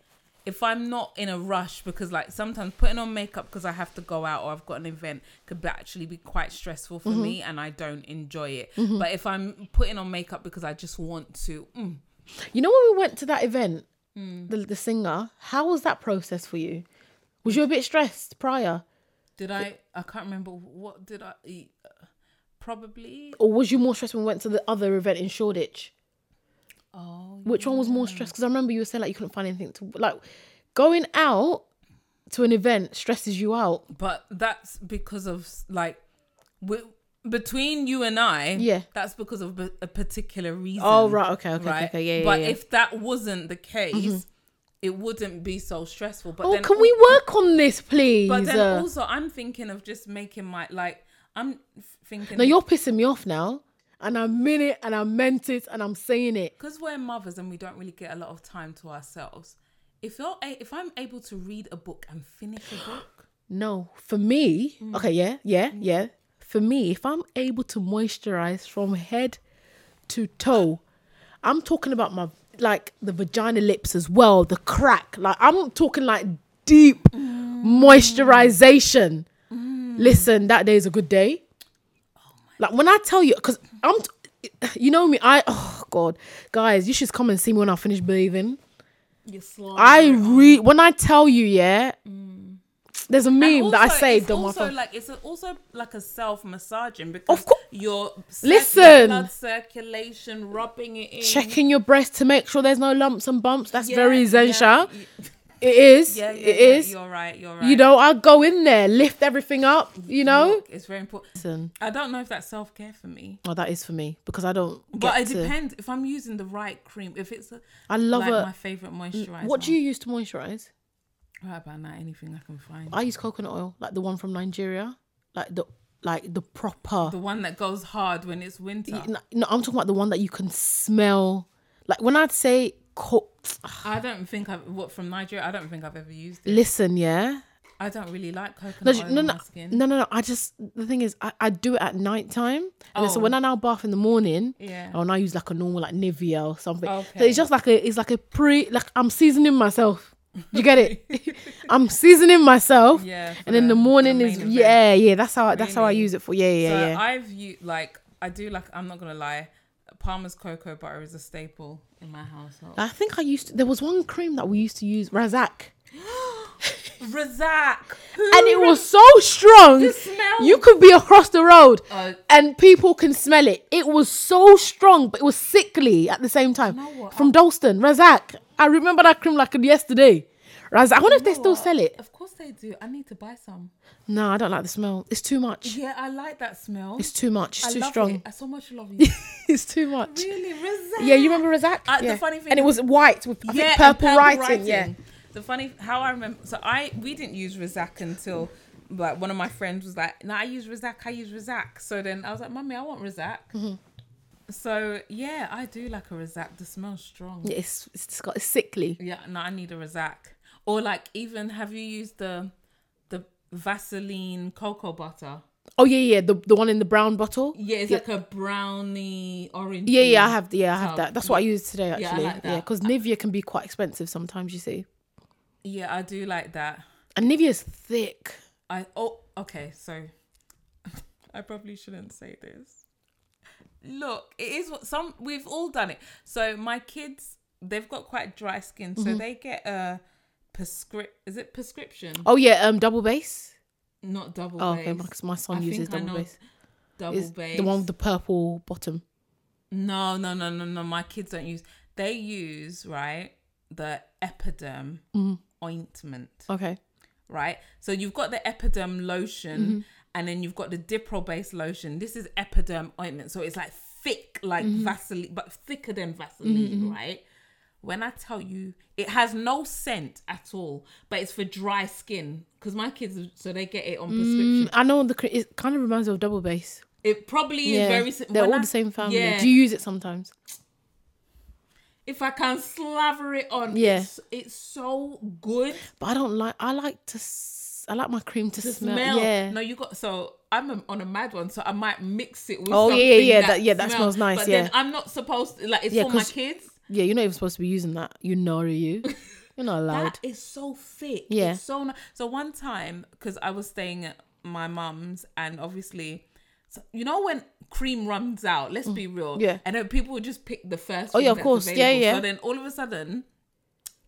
Speaker 1: if I'm not in a rush because like sometimes putting on makeup because I have to go out or I've got an event could be, actually be quite stressful for
Speaker 2: Mm-hmm.
Speaker 1: me and I don't enjoy it. But if I'm putting on makeup because I just want to, mm,
Speaker 2: You know when we went to that event,
Speaker 1: Hmm.
Speaker 2: the the singer. How was that process for you? Was you a bit stressed prior,
Speaker 1: did I? I can't remember what did I eat. Probably.
Speaker 2: or was you more stressed when we went to the other event in Shoreditch?
Speaker 1: Oh,
Speaker 2: Which one was more stressed? Because I remember you were saying like you couldn't find anything to like. Going out to an event stresses you out.
Speaker 1: but that's because of like we, between you and I.
Speaker 2: Yeah.
Speaker 1: that's because of b- a particular reason.
Speaker 2: Oh right, okay, okay,
Speaker 1: Mm. right.
Speaker 2: okay, okay, yeah,
Speaker 1: but
Speaker 2: yeah. yeah.
Speaker 1: if that wasn't the case, it wouldn't be so stressful. But
Speaker 2: oh,
Speaker 1: then,
Speaker 2: can we work on this, please?
Speaker 1: But then
Speaker 2: Uh,
Speaker 1: also, I'm thinking of just making my like. I'm f- thinking.
Speaker 2: no, you're pissing me off now, and I mean it, and I meant it, and I'm saying it.
Speaker 1: because we're mothers and we don't really get a lot of time to ourselves. If you're a- if I'm able to read a book and finish a book,
Speaker 2: No, for me, okay, yeah, yeah, yeah. For me, if I'm able to moisturize from head to toe, I'm talking about my like the vagina lips as well, the crack. Like I'm talking like deep moisturization. Listen, that day is a good day. Like when I tell you, because I'm, t- you know me, I oh god, guys, you should come and see me when I finish bathing.
Speaker 1: you're
Speaker 2: I re when I tell you, yeah. There's a meme
Speaker 1: Mm. And
Speaker 2: that I
Speaker 1: also,
Speaker 2: saved
Speaker 1: it's
Speaker 2: on my
Speaker 1: also
Speaker 2: phone.
Speaker 1: like it's also like a self massaging because
Speaker 2: course.
Speaker 1: your cir-
Speaker 2: Listen.
Speaker 1: blood circulation, rubbing it in,
Speaker 2: Checking your breast to make sure there's no lumps and bumps. That's
Speaker 1: Yeah,
Speaker 2: very
Speaker 1: yeah,
Speaker 2: Zensha.
Speaker 1: y-
Speaker 2: It is.
Speaker 1: Yeah, yeah,
Speaker 2: it
Speaker 1: yeah,
Speaker 2: is.
Speaker 1: You're right. You're right. Mm-hmm.
Speaker 2: You know, I go in there, lift everything up. You know.
Speaker 1: Look, it's very important.
Speaker 2: Listen,
Speaker 1: I don't know if that's self care for me,
Speaker 2: oh, that is for me because I don't.
Speaker 1: but it
Speaker 2: get to-
Speaker 1: depends if I'm using the right cream. If it's a,
Speaker 2: I love
Speaker 1: like
Speaker 2: it.
Speaker 1: my favorite moisturizer.
Speaker 2: What do you use to moisturize?
Speaker 1: Right about now, anything I can find.
Speaker 2: I use coconut oil, like the one from Nigeria, like the like the proper.
Speaker 1: the one that goes hard when it's winter.
Speaker 2: no, no, I'm talking about the one that you can smell. Like when I'd say, co-
Speaker 1: I don't think I've what from Nigeria. I don't think I've ever used it.
Speaker 2: listen, yeah,
Speaker 1: I don't really like coconut
Speaker 2: No,
Speaker 1: oil
Speaker 2: no,
Speaker 1: on
Speaker 2: no,
Speaker 1: my skin.
Speaker 2: no, no, no. I just the thing is, I, I do it at night time, and then so
Speaker 1: Oh.
Speaker 2: when I now bath in the morning,
Speaker 1: Yeah.
Speaker 2: I'll now use like a normal like Nivea or something. So
Speaker 1: Okay.
Speaker 2: it's just like a, it's like a pre, like I'm seasoning myself. You get it? I'm seasoning myself.
Speaker 1: Yeah, for
Speaker 2: And then
Speaker 1: the-
Speaker 2: the
Speaker 1: for the
Speaker 2: morning
Speaker 1: main
Speaker 2: is
Speaker 1: event.
Speaker 2: yeah, yeah. That's how that's how I
Speaker 1: Really?
Speaker 2: use it for. Yeah, yeah,
Speaker 1: so
Speaker 2: yeah.
Speaker 1: I've used like I do like. I'm not gonna lie. Palmer's cocoa butter is a staple in my household.
Speaker 2: I, think I used to, there was one cream that we used to use Razak,
Speaker 1: Razak,
Speaker 2: and it was so strong.
Speaker 1: The smell.
Speaker 2: You could be across the road.
Speaker 1: Uh,
Speaker 2: and people can smell it. It was so strong, but it was sickly at the same time.
Speaker 1: know what?
Speaker 2: From Dalston, Razak. I remember that cream like yesterday. Razak. I wonder if they still sell it.
Speaker 1: Of course they do. I need to buy some.
Speaker 2: No, I don't like the smell. It's too much.
Speaker 1: Yeah, I like that smell.
Speaker 2: It's too much. It's
Speaker 1: I
Speaker 2: too
Speaker 1: love
Speaker 2: strong.
Speaker 1: It. I so much love you.
Speaker 2: it's too much.
Speaker 1: really, Razak.
Speaker 2: Yeah, you remember Razak?
Speaker 1: Uh, the
Speaker 2: yeah.
Speaker 1: funny thing
Speaker 2: and it
Speaker 1: is-
Speaker 2: was white with I think,
Speaker 1: Yeah, and
Speaker 2: purple, writing. Yeah.
Speaker 1: The funny how I remember. So I we didn't use Razak until like one of my friends was like, "No, I use Razak. I use Razak." So then I was like, "Mummy, I want Razak."
Speaker 2: Mm-hmm.
Speaker 1: So yeah, I do like a Razak. The smell's strong. Yeah.
Speaker 2: Yeah, It's it's, disgu- it's sickly.
Speaker 1: no, I need a Razak. Or like even have you used the the Vaseline cocoa butter?
Speaker 2: Oh yeah, yeah. The the one in the brown bottle.
Speaker 1: Yeah, it's
Speaker 2: Yeah.
Speaker 1: like a brownie orange.
Speaker 2: Yeah, yeah, I have. Yeah, I have
Speaker 1: tub.
Speaker 2: that. That's what I used today,
Speaker 1: Um, I
Speaker 2: actually.
Speaker 1: like
Speaker 2: yeah,
Speaker 1: that.
Speaker 2: because Nivea can be quite expensive sometimes. You see,
Speaker 1: Yeah, I do like that.
Speaker 2: and Nivea's thick.
Speaker 1: I oh okay, so I probably shouldn't say this. Look, it is what some we've all done it. So my kids, they've got quite dry skin, so
Speaker 2: Mm-hmm.
Speaker 1: they get a prescrip is it prescription?
Speaker 2: Oh yeah, um, double base.
Speaker 1: Not double
Speaker 2: Oh,
Speaker 1: base.
Speaker 2: okay, because my son
Speaker 1: I think
Speaker 2: uses
Speaker 1: I
Speaker 2: double
Speaker 1: know
Speaker 2: base.
Speaker 1: Double
Speaker 2: It's
Speaker 1: base.
Speaker 2: the one with the purple bottom.
Speaker 1: No, no, no, no, no. My kids don't use they use, right, the epiderm
Speaker 2: Mm-hmm.
Speaker 1: ointment.
Speaker 2: Okay.
Speaker 1: right? So you've got the epiderm lotion
Speaker 2: Mm-hmm.
Speaker 1: and then you've got the Dipro based lotion. This
Speaker 2: Mm-hmm.
Speaker 1: is epiderm ointment. So it's like thick, like Vaseline, but thicker than Vaseline, right? When I tell you, it has no scent at all, but it's for dry skin because my kids, so they get it on
Speaker 2: Mm.
Speaker 1: prescription.
Speaker 2: I know the cre- it kind of reminds me of double bass.
Speaker 1: It probably is
Speaker 2: Yeah,
Speaker 1: very. si-
Speaker 2: they're
Speaker 1: when
Speaker 2: all
Speaker 1: I-
Speaker 2: the same family.
Speaker 1: Yeah.
Speaker 2: Do you use it sometimes?
Speaker 1: if I can slaver it on,
Speaker 2: Yeah.
Speaker 1: it's, it's so good.
Speaker 2: But I don't like. I like to. s- I like my cream to,
Speaker 1: The
Speaker 2: smell.
Speaker 1: smell.
Speaker 2: Yeah.
Speaker 1: No, you got so I'm a, on a mad one, so I might mix it with.
Speaker 2: Oh, yeah,
Speaker 1: something
Speaker 2: yeah, yeah, that- yeah, that smells nice,
Speaker 1: But
Speaker 2: yeah.
Speaker 1: then I'm not supposed to like it's
Speaker 2: Yeah,
Speaker 1: for my
Speaker 2: 'cause-
Speaker 1: kids.
Speaker 2: Yeah, you're not even supposed to be using that. You know, are you? You're not allowed.
Speaker 1: That is so thick.
Speaker 2: Yeah.
Speaker 1: It's so ni- so one time because I was staying at my mum's and obviously. So, you know when cream runs out, let's be real.
Speaker 2: Mm. yeah.
Speaker 1: And then people would just pick the first
Speaker 2: Oh, yeah,
Speaker 1: thing
Speaker 2: of
Speaker 1: that's
Speaker 2: course. Yeah,
Speaker 1: available.
Speaker 2: yeah.
Speaker 1: So then all of a sudden,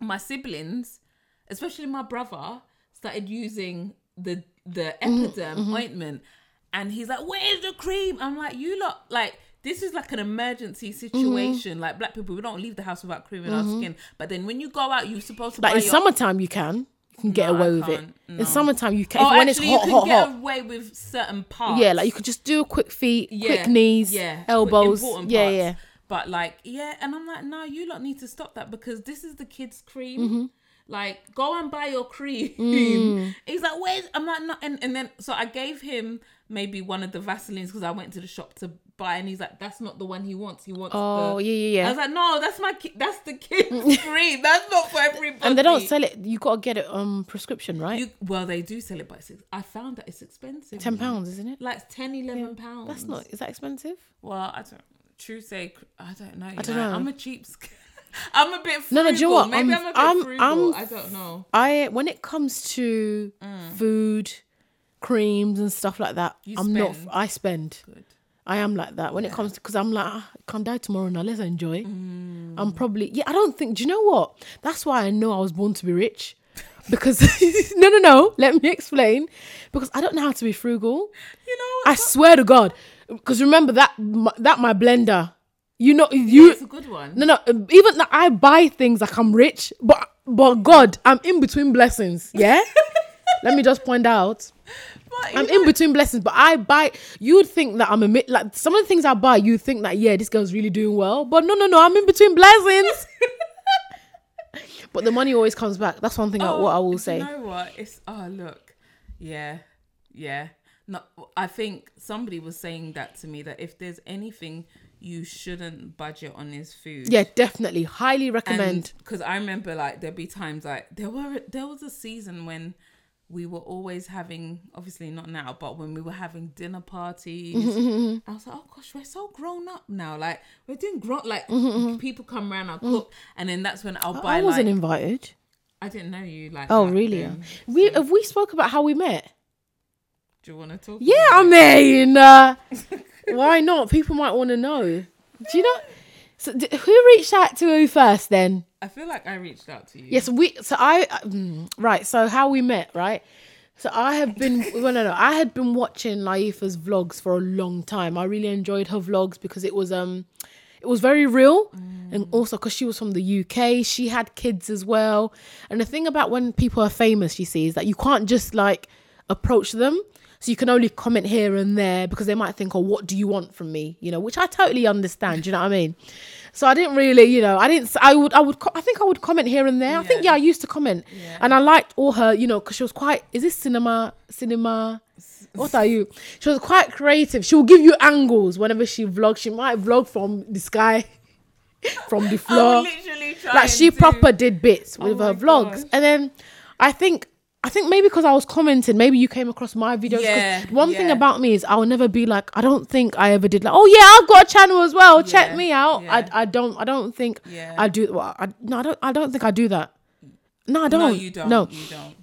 Speaker 1: my siblings, especially my brother, started using the the
Speaker 2: Mm-hmm,
Speaker 1: epiderm ointment. And he's like, Where's the cream? I'm like, You lot like this is like an emergency
Speaker 2: Mm-hmm.
Speaker 1: situation. Like black people, we don't leave the house without cream in our skin. But then when you go out, you're supposed to
Speaker 2: But
Speaker 1: buy
Speaker 2: in
Speaker 1: your
Speaker 2: summertime, you can. You can get
Speaker 1: No, I
Speaker 2: away with it.
Speaker 1: can't. No.
Speaker 2: In summertime, you can.
Speaker 1: Oh,
Speaker 2: if, when
Speaker 1: actually,
Speaker 2: it's hot,
Speaker 1: you
Speaker 2: hot,
Speaker 1: can get
Speaker 2: hot.
Speaker 1: away with certain parts.
Speaker 2: Yeah, like you could just do a quick feet,
Speaker 1: Yeah,
Speaker 2: quick knees,
Speaker 1: yeah, quick
Speaker 2: elbows.
Speaker 1: important
Speaker 2: Yeah,
Speaker 1: parts.
Speaker 2: yeah.
Speaker 1: But like, yeah, and I'm like, no, you lot need to stop that because this is the kids' cream.
Speaker 2: Mm-hmm.
Speaker 1: Like, go and buy your cream.
Speaker 2: Mm.
Speaker 1: He's like, where's? I'm like, no, and, and then so I gave him maybe one of the Vaseline's because I went to the shop to buy, and he's like, that's not the one he wants. He wants.
Speaker 2: Oh,
Speaker 1: the...
Speaker 2: yeah, yeah, yeah.
Speaker 1: I was like, no, that's my ki- that's the kids' cream. That's not for everybody.
Speaker 2: And they don't sell it. You gotta get it um prescription, right?
Speaker 1: You, well, they do sell it, but it's, I found that it's expensive.
Speaker 2: Ten pounds, isn't it?
Speaker 1: like 10 11 pounds
Speaker 2: That's not. Is that expensive?
Speaker 1: well i don't true say cr- i don't know i
Speaker 2: don't know.
Speaker 1: i'm a cheap i'm a bit frugal.
Speaker 2: No, no, do you know what?
Speaker 1: maybe i'm,
Speaker 2: I'm-
Speaker 1: a
Speaker 2: I'm-
Speaker 1: bit frugal
Speaker 2: I'm-
Speaker 1: i don't know
Speaker 2: I when it comes to food, creams and stuff like that,
Speaker 1: You
Speaker 2: I'm not.
Speaker 1: spend.
Speaker 2: I spend.
Speaker 1: good
Speaker 2: I am like that when it comes to because I'm like ah, I can die tomorrow now. Let's enjoy.
Speaker 1: Mm.
Speaker 2: I'm probably yeah. I don't think. Do you know what? That's why I know I was born to be rich. Because no, no, no. Let me explain. Because I don't know how to be frugal.
Speaker 1: you know
Speaker 2: I
Speaker 1: what?
Speaker 2: swear to God. Because remember that my, that my blender. You know you
Speaker 1: it's a good one
Speaker 2: no, no. Even that I buy things like I'm rich, but but God, I'm in between blessings. Yeah. Let me just point out,
Speaker 1: But you
Speaker 2: I'm
Speaker 1: know-
Speaker 2: in between blessings, but I buy. You'd think that I'm a mi- like some of the things I buy. You would think that yeah, this girl's really doing well, but no, no, no. I'm in between blessings. but the money always comes back. That's one thing. I,
Speaker 1: Oh,
Speaker 2: what I
Speaker 1: do
Speaker 2: will
Speaker 1: you
Speaker 2: say.
Speaker 1: know what it's oh look yeah yeah no i think somebody was saying that to me that if there's anything you shouldn't budget on is food
Speaker 2: Yeah, definitely. Highly recommend.
Speaker 1: because I remember like there'd be times like there were there was a season when we were always having obviously not now but when we were having dinner parties
Speaker 2: Mm-hmm.
Speaker 1: I was like oh gosh we're so grown up now like we're doing grown like people come around I'll cook and then that's when I'll buy
Speaker 2: Mm-hmm. I wasn't
Speaker 1: like
Speaker 2: invited.
Speaker 1: I didn't know you like
Speaker 2: Oh,
Speaker 1: that
Speaker 2: really?
Speaker 1: then.
Speaker 2: We have we spoke about how we met.
Speaker 1: do you want to talk
Speaker 2: Yeah, I mean, uh, why not? People might want to know. Do you know? So, d- who reached out to who first then?
Speaker 1: I feel like I reached out to you
Speaker 2: Yes, we. So I. Um, right. So how we met, right? So I have been. well, no, no. I had been watching Laifa's vlogs for a long time. I really enjoyed her vlogs because it was um, it was very real, and also because she was from the UK, she had kids as well. And the thing about when people are famous, you see, is that you can't just like approach them. So you can only comment here and there because they might think, "Oh, what do you want from me?" You know, which I totally understand. Do you know what I mean? So I didn't really, you know, I didn't. s- I would, I would, co- I think I would comment here and there. I think
Speaker 1: Yeah.
Speaker 2: yeah, I used to comment, and I liked all her, you know, because she was quite. Is this cinema? Cinema? What are you? She was quite creative. She will give you angles whenever she vlogs. She might vlog from the sky, from the
Speaker 1: I'm
Speaker 2: floor
Speaker 1: Oh, literally
Speaker 2: like she
Speaker 1: trying to-
Speaker 2: proper did bits with
Speaker 1: Oh
Speaker 2: her
Speaker 1: my
Speaker 2: vlogs
Speaker 1: gosh.
Speaker 2: and then i think i think maybe because i was commenting maybe you came across my videos 'cause
Speaker 1: Yeah,
Speaker 2: one thing
Speaker 1: yeah.
Speaker 2: about me is i'll never be like i don't think i ever did like oh yeah i've got a channel as well check
Speaker 1: Yeah,
Speaker 2: me out
Speaker 1: yeah.
Speaker 2: I, I don't i don't think
Speaker 1: Yeah.
Speaker 2: i do well I, no i don't i don't think i do that no i don't
Speaker 1: no you don't
Speaker 2: no
Speaker 1: you don't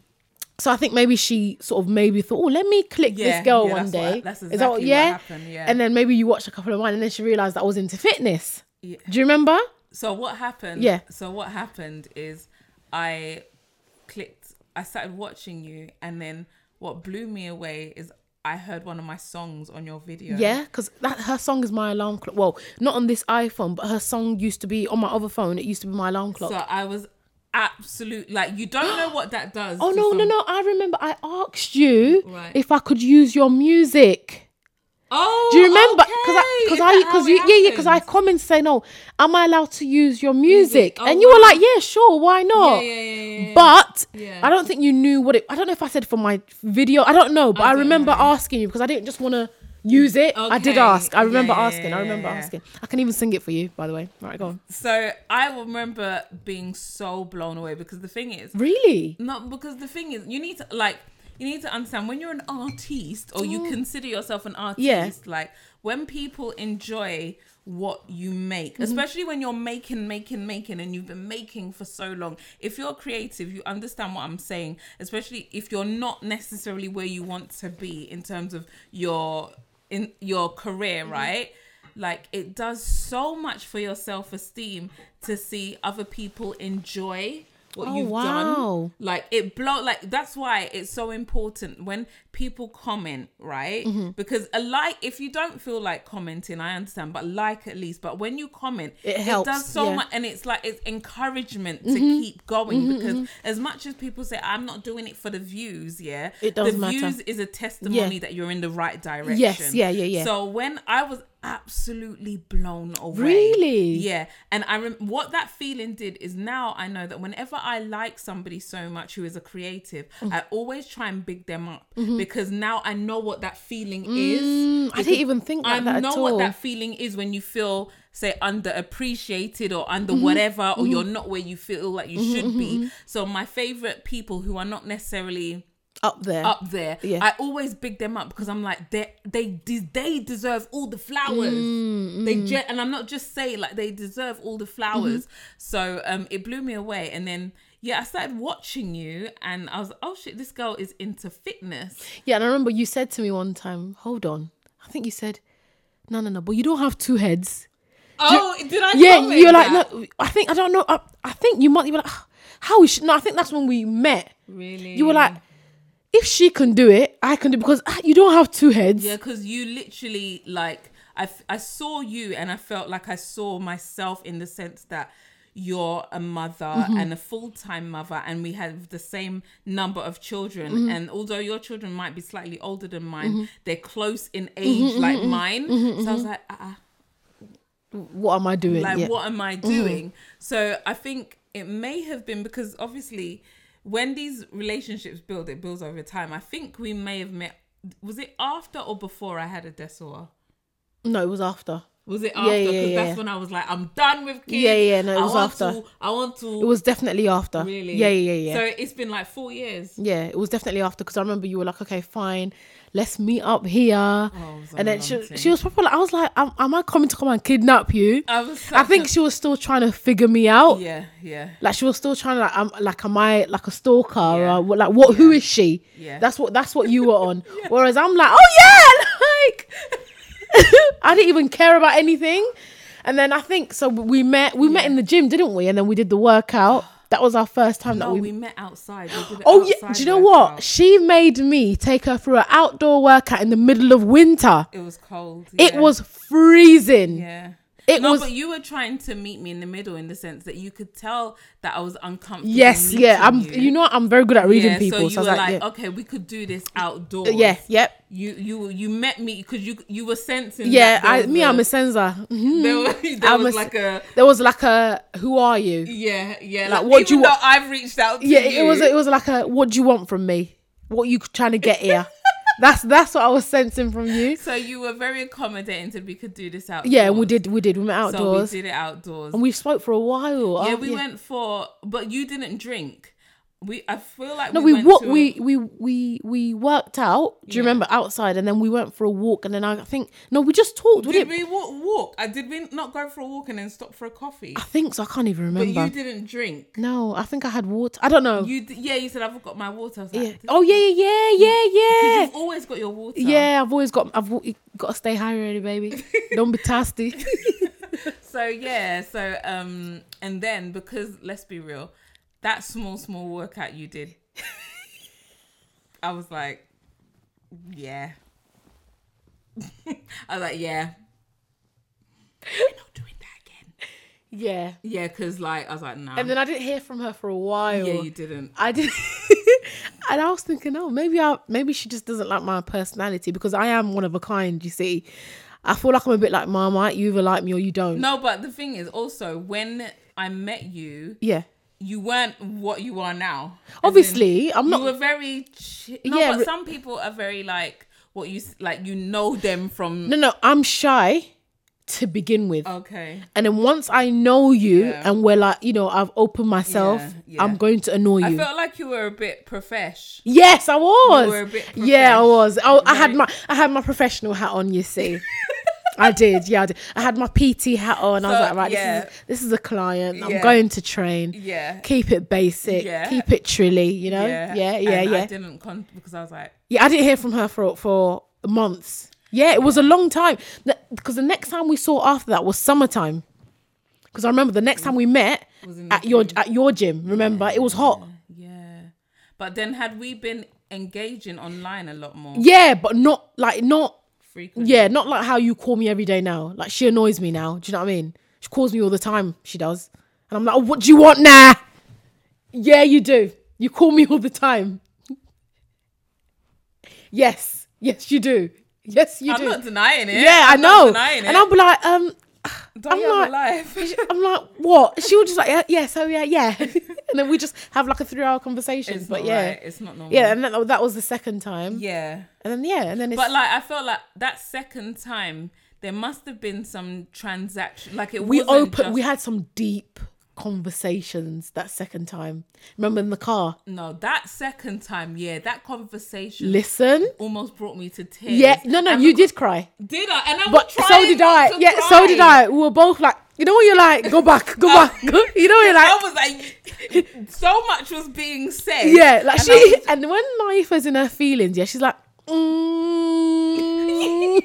Speaker 2: so i think maybe she sort of maybe thought oh let me click
Speaker 1: Yeah,
Speaker 2: this girl
Speaker 1: yeah,
Speaker 2: one
Speaker 1: that's
Speaker 2: day
Speaker 1: what- that's
Speaker 2: is that
Speaker 1: exactly what happened, yeah.
Speaker 2: and then maybe you watched a couple of mine and then she realized that i was into fitness
Speaker 1: Yeah.
Speaker 2: do you remember
Speaker 1: So what happened?
Speaker 2: Yeah.
Speaker 1: So what happened is I clicked. I started watching you, and then what blew me away is I heard one of my songs on your video.
Speaker 2: Yeah, because that her song is my alarm clock. Well, not on this iPhone, but her song used to be on my other phone. It used to be my alarm clock.
Speaker 1: So I was absolute like you don't know what that does.
Speaker 2: oh
Speaker 1: to
Speaker 2: no, no,
Speaker 1: some-
Speaker 2: no! I remember I asked you
Speaker 1: Right.
Speaker 2: if I could use your music.
Speaker 1: Oh,
Speaker 2: Do you remember? Because
Speaker 1: okay.
Speaker 2: because
Speaker 1: Is
Speaker 2: I
Speaker 1: that
Speaker 2: because
Speaker 1: how
Speaker 2: you
Speaker 1: it
Speaker 2: yeah yeah because I
Speaker 1: happens?
Speaker 2: commented saying, "Oh, am I allowed to use your music?"
Speaker 1: Oh,
Speaker 2: and you were
Speaker 1: wow.
Speaker 2: like, "Yeah, sure, why not?"
Speaker 1: yeah, yeah, yeah, yeah.
Speaker 2: But
Speaker 1: Yeah.
Speaker 2: I don't think you knew what it. I don't know if I said for my video. I don't know, but I,
Speaker 1: don't
Speaker 2: remember asking you because I didn't just want to use it. I did
Speaker 1: Okay.
Speaker 2: ask. I remember
Speaker 1: Yeah, yeah,
Speaker 2: asking. I
Speaker 1: yeah,
Speaker 2: remember
Speaker 1: yeah.
Speaker 2: asking. I can even sing it for you, by the way. All right, go on.
Speaker 1: So I remember being so blown away because the thing is,
Speaker 2: Really?
Speaker 1: not because the thing is, you need to like you need to understand when you're an artiste or you consider yourself an artiste,
Speaker 2: Mm. Yeah.
Speaker 1: like when people enjoy what you make,
Speaker 2: Mm-hmm.
Speaker 1: especially when you're making, making, making, and you've been making for so long. If you're creative, you understand what I'm saying, especially if you're not necessarily where you want to be in terms of your in your career,
Speaker 2: Mm-hmm.
Speaker 1: right? Like it does so much for your self esteem to see other people enjoy what
Speaker 2: Oh,
Speaker 1: you've
Speaker 2: wow.
Speaker 1: done. Like it blow like that's why it's so important when people comment, right?
Speaker 2: Mm-hmm.
Speaker 1: Because a like if you don't feel like commenting, I understand, but like at least. But when you comment,
Speaker 2: It helps,
Speaker 1: does so
Speaker 2: yeah. Mm-hmm.
Speaker 1: much and it's like it's encouragement to keep going because as much as people say I'm not doing it for the views, yeah.
Speaker 2: It does
Speaker 1: the
Speaker 2: matter.
Speaker 1: views is a testimony
Speaker 2: Yeah.
Speaker 1: that you're in the right direction.
Speaker 2: yeah, yeah, yeah.
Speaker 1: So when I was absolutely blown away.
Speaker 2: Really?
Speaker 1: Yeah. And I rem- what that feeling did is now I know that whenever I like somebody so much who is a creative,
Speaker 2: Mm.
Speaker 1: I always try and big them up because now I know what that feeling is.
Speaker 2: Mm-hmm. Mm, I didn't even think like
Speaker 1: I
Speaker 2: that
Speaker 1: know
Speaker 2: at all.
Speaker 1: what that feeling is when you feel, say, underappreciated or under
Speaker 2: Mm-hmm.
Speaker 1: whatever, or you're not where you feel like you should be. So my favorite people who are not necessarily
Speaker 2: up there.
Speaker 1: up there,
Speaker 2: Yeah.
Speaker 1: I always big them up because I'm like they they de- they deserve all the flowers.
Speaker 2: Mm,
Speaker 1: They ge- and I'm not just saying like they deserve all the flowers.
Speaker 2: Mm-hmm.
Speaker 1: So um, it blew me away, and then. Yeah, I started watching you and I was oh shit, this girl is into fitness.
Speaker 2: Yeah, and I remember you said to me one time, "Hold on." I think you said, "No, no, no, but you don't have two heads."
Speaker 1: Oh, did I
Speaker 2: yeah,
Speaker 1: comment
Speaker 2: you're like,
Speaker 1: that?
Speaker 2: no, I think I don't know. I, I think you might. You were like, "Ah, how is she? No, I think that's when we met.
Speaker 1: Really?
Speaker 2: You were like, if she can do it, I can do because ah, you don't have two heads.
Speaker 1: Yeah, because you literally like I, f- I saw you and I felt like I saw myself in the sense that you're a mother and a full-time mother and we have the same number of children and although your children might be slightly older than mine they're close in age like mine so i was like uh,
Speaker 2: What am I doing?
Speaker 1: like
Speaker 2: yeah.
Speaker 1: what am i doing so i think it may have been because obviously when these relationships build it builds over time i think we may have met was it after or before i had a desoa
Speaker 2: No, it was after.
Speaker 1: was it
Speaker 2: Yeah,
Speaker 1: after?
Speaker 2: yeah,
Speaker 1: Because
Speaker 2: yeah,
Speaker 1: that's
Speaker 2: yeah.
Speaker 1: when I was like, I'm done with kids.
Speaker 2: Yeah, yeah, no, it
Speaker 1: I
Speaker 2: was
Speaker 1: want
Speaker 2: after.
Speaker 1: To, I want to.
Speaker 2: It was definitely after.
Speaker 1: really.
Speaker 2: Yeah, yeah, yeah, yeah.
Speaker 1: So it's been like four years.
Speaker 2: yeah, it was definitely after because I remember you were like, okay, fine, let's meet up here.
Speaker 1: Oh, was on
Speaker 2: and
Speaker 1: a
Speaker 2: then she,
Speaker 1: hunting.
Speaker 2: she was probably like, I was like, am, am I coming to come and kidnap you?
Speaker 1: I was. Such
Speaker 2: I think she was still trying to figure me out.
Speaker 1: A, yeah, yeah.
Speaker 2: like she was still trying to like um, like am I like a stalker
Speaker 1: Yeah.
Speaker 2: or what, like what who is she?
Speaker 1: Yeah.
Speaker 2: That's what that's what you were on. Whereas I'm like, oh yeah, like I didn't even care about anything. And then I think so we met we met in the gym, didn't we? And then we did the workout. That was our first time that
Speaker 1: No,
Speaker 2: we,
Speaker 1: Oh, we, met outside. We did an
Speaker 2: Oh yeah,
Speaker 1: outside
Speaker 2: do you know what?
Speaker 1: workout.
Speaker 2: She made me take her through an outdoor workout in the middle of winter.
Speaker 1: It was cold.
Speaker 2: It
Speaker 1: yeah,
Speaker 2: was freezing.
Speaker 1: Yeah.
Speaker 2: It
Speaker 1: no,
Speaker 2: was
Speaker 1: but you were trying to meet me in the middle in the sense that you could tell that I was uncomfortable.
Speaker 2: yes, yeah. I'm
Speaker 1: meeting
Speaker 2: you. know what? I'm very good at reading
Speaker 1: yeah,
Speaker 2: people.
Speaker 1: So
Speaker 2: So,
Speaker 1: you
Speaker 2: I was
Speaker 1: were
Speaker 2: like,
Speaker 1: like,
Speaker 2: yeah.
Speaker 1: okay, we could do this outdoors.
Speaker 2: yeah, yep.
Speaker 1: You you you met me because you you were sensing.
Speaker 2: Yeah,
Speaker 1: that there
Speaker 2: I,
Speaker 1: was
Speaker 2: me,
Speaker 1: a-
Speaker 2: I'm a sensor. Mhm.
Speaker 1: There was, there
Speaker 2: I'm
Speaker 1: was
Speaker 2: a-
Speaker 1: like a
Speaker 2: There was like a, who are you?
Speaker 1: Yeah, yeah.
Speaker 2: Like,
Speaker 1: Like,
Speaker 2: what
Speaker 1: what
Speaker 2: do you
Speaker 1: even though
Speaker 2: want-
Speaker 1: I've reached out to
Speaker 2: Yeah,
Speaker 1: you.
Speaker 2: it was. It was like a, what do you want from me? What you trying to get here? that's that's what I was sensing from you.
Speaker 1: so you were very accommodating to we could do this outdoors.
Speaker 2: Yeah, and we did. We did. We met
Speaker 1: So
Speaker 2: outdoors,
Speaker 1: we did it outdoors.
Speaker 2: and we spoke for a while.
Speaker 1: yeah,
Speaker 2: Um,
Speaker 1: we went for, but you didn't drink. We, I feel like
Speaker 2: No, we
Speaker 1: went
Speaker 2: what
Speaker 1: to a-
Speaker 2: we we we we worked out. Do you remember outside? And then we went for a walk, and then I think no, we just talked. We
Speaker 1: did
Speaker 2: didn't.
Speaker 1: we walk? walk? I did we not go for a walk and then stop for a coffee?
Speaker 2: I think so. I can't even
Speaker 1: But
Speaker 2: remember.
Speaker 1: you didn't drink.
Speaker 2: no, I think I had water. I don't know.
Speaker 1: You d- yeah, you said I've got my water. I was
Speaker 2: yeah.
Speaker 1: like,
Speaker 2: Oh yeah, yeah, yeah, yeah, yeah.
Speaker 1: You've always got your water.
Speaker 2: Yeah, I've always got I've al- got to stay hydrated, baby. Don't be thirsty.
Speaker 1: So yeah, so um, and then because let's be real, that small small workout you did, I was like, yeah. I was like, yeah. We're not doing that again.
Speaker 2: yeah.
Speaker 1: Yeah, because like I was like, no.
Speaker 2: And then I didn't hear from her for a while.
Speaker 1: yeah, you didn't.
Speaker 2: I did. And I was thinking, oh, maybe I maybe she just doesn't like my personality because I am one of a kind. You see, I feel like I'm a bit like Marmite. You either like me or you don't.
Speaker 1: No, but the thing is also when I met you,
Speaker 2: Yeah.
Speaker 1: you weren't what you are now. As in,
Speaker 2: Obviously, Oh, I'm not.
Speaker 1: you were very. Chi- no,
Speaker 2: Yeah,
Speaker 1: but
Speaker 2: re-
Speaker 1: some people are very like what you s- like. You know them from.
Speaker 2: no, no, I'm shy to begin with.
Speaker 1: Okay.
Speaker 2: and then once I know you
Speaker 1: Oh. Yeah.
Speaker 2: and we're like, you know, I've opened myself,
Speaker 1: Yeah, yeah.
Speaker 2: I'm going to annoy
Speaker 1: I
Speaker 2: you.
Speaker 1: felt like you were a bit profesh.
Speaker 2: Yes, I was.
Speaker 1: You were a bit
Speaker 2: yeah, I
Speaker 1: profesh.
Speaker 2: was. I, I had
Speaker 1: Very-
Speaker 2: my I had my professional hat on. You see, I did. Yeah, I did. I had my PT hat on. I was
Speaker 1: So,
Speaker 2: like, right,
Speaker 1: yeah.
Speaker 2: this is this is a client. I'm
Speaker 1: Yeah.
Speaker 2: going to train.
Speaker 1: Yeah.
Speaker 2: Keep it basic.
Speaker 1: Yeah.
Speaker 2: Keep it trilly. You know. Yeah, yeah, yeah,
Speaker 1: and
Speaker 2: yeah.
Speaker 1: I didn't con- because I was like,
Speaker 2: I didn't hear from her for for months. Yeah, it was a long time. Th- Because the next time we saw after that was summertime. Because I remember the next time we met
Speaker 1: in the
Speaker 2: at your at your gym. Remember, it was hot.
Speaker 1: yeah. But then had we been engaging online a lot more
Speaker 2: Yeah, but not like not
Speaker 1: frequently?
Speaker 2: Yeah, not like how you call me every day now. Like she annoys me now. Do you know what I mean? She calls me all the time. She does, and I'm like, oh, what do you want now? Yeah, you do. You call me all the time. yes, yes, you do. Yes, you
Speaker 1: I'm
Speaker 2: do.
Speaker 1: not denying it.
Speaker 2: yeah,
Speaker 1: I'm
Speaker 2: I
Speaker 1: not
Speaker 2: know.
Speaker 1: denying it.
Speaker 2: And I'll be like, um,
Speaker 1: Don't
Speaker 2: I'm
Speaker 1: you have a
Speaker 2: like-
Speaker 1: life?
Speaker 2: I'm like, what? She was just like, yeah, yeah, so yeah, yeah, and then we just have like a three-hour conversation.
Speaker 1: It's
Speaker 2: but
Speaker 1: not
Speaker 2: yeah,
Speaker 1: right. it's not normal.
Speaker 2: yeah, and that, that was the second time.
Speaker 1: yeah.
Speaker 2: And then yeah, and then it's
Speaker 1: But like, I felt like that second time there must have been some transaction. Like it
Speaker 2: we
Speaker 1: wasn't
Speaker 2: opened
Speaker 1: Just,
Speaker 2: we had some deep conversations that second time remember in the car
Speaker 1: no, that second time, yeah, that conversation
Speaker 2: listen
Speaker 1: almost brought me to tears.
Speaker 2: yeah no no
Speaker 1: And
Speaker 2: you
Speaker 1: because-
Speaker 2: did cry
Speaker 1: Did I? And I
Speaker 2: but
Speaker 1: was
Speaker 2: so
Speaker 1: trying
Speaker 2: did
Speaker 1: not
Speaker 2: i
Speaker 1: to
Speaker 2: yeah so did
Speaker 1: cry.
Speaker 2: i we were both like you know what you're like go back go back go, you know what you're
Speaker 1: I
Speaker 2: like
Speaker 1: was like, so much was being said.
Speaker 2: yeah like
Speaker 1: And
Speaker 2: she
Speaker 1: I was-
Speaker 2: and when Naifa's in her feelings yeah she's like mm,
Speaker 1: Mm,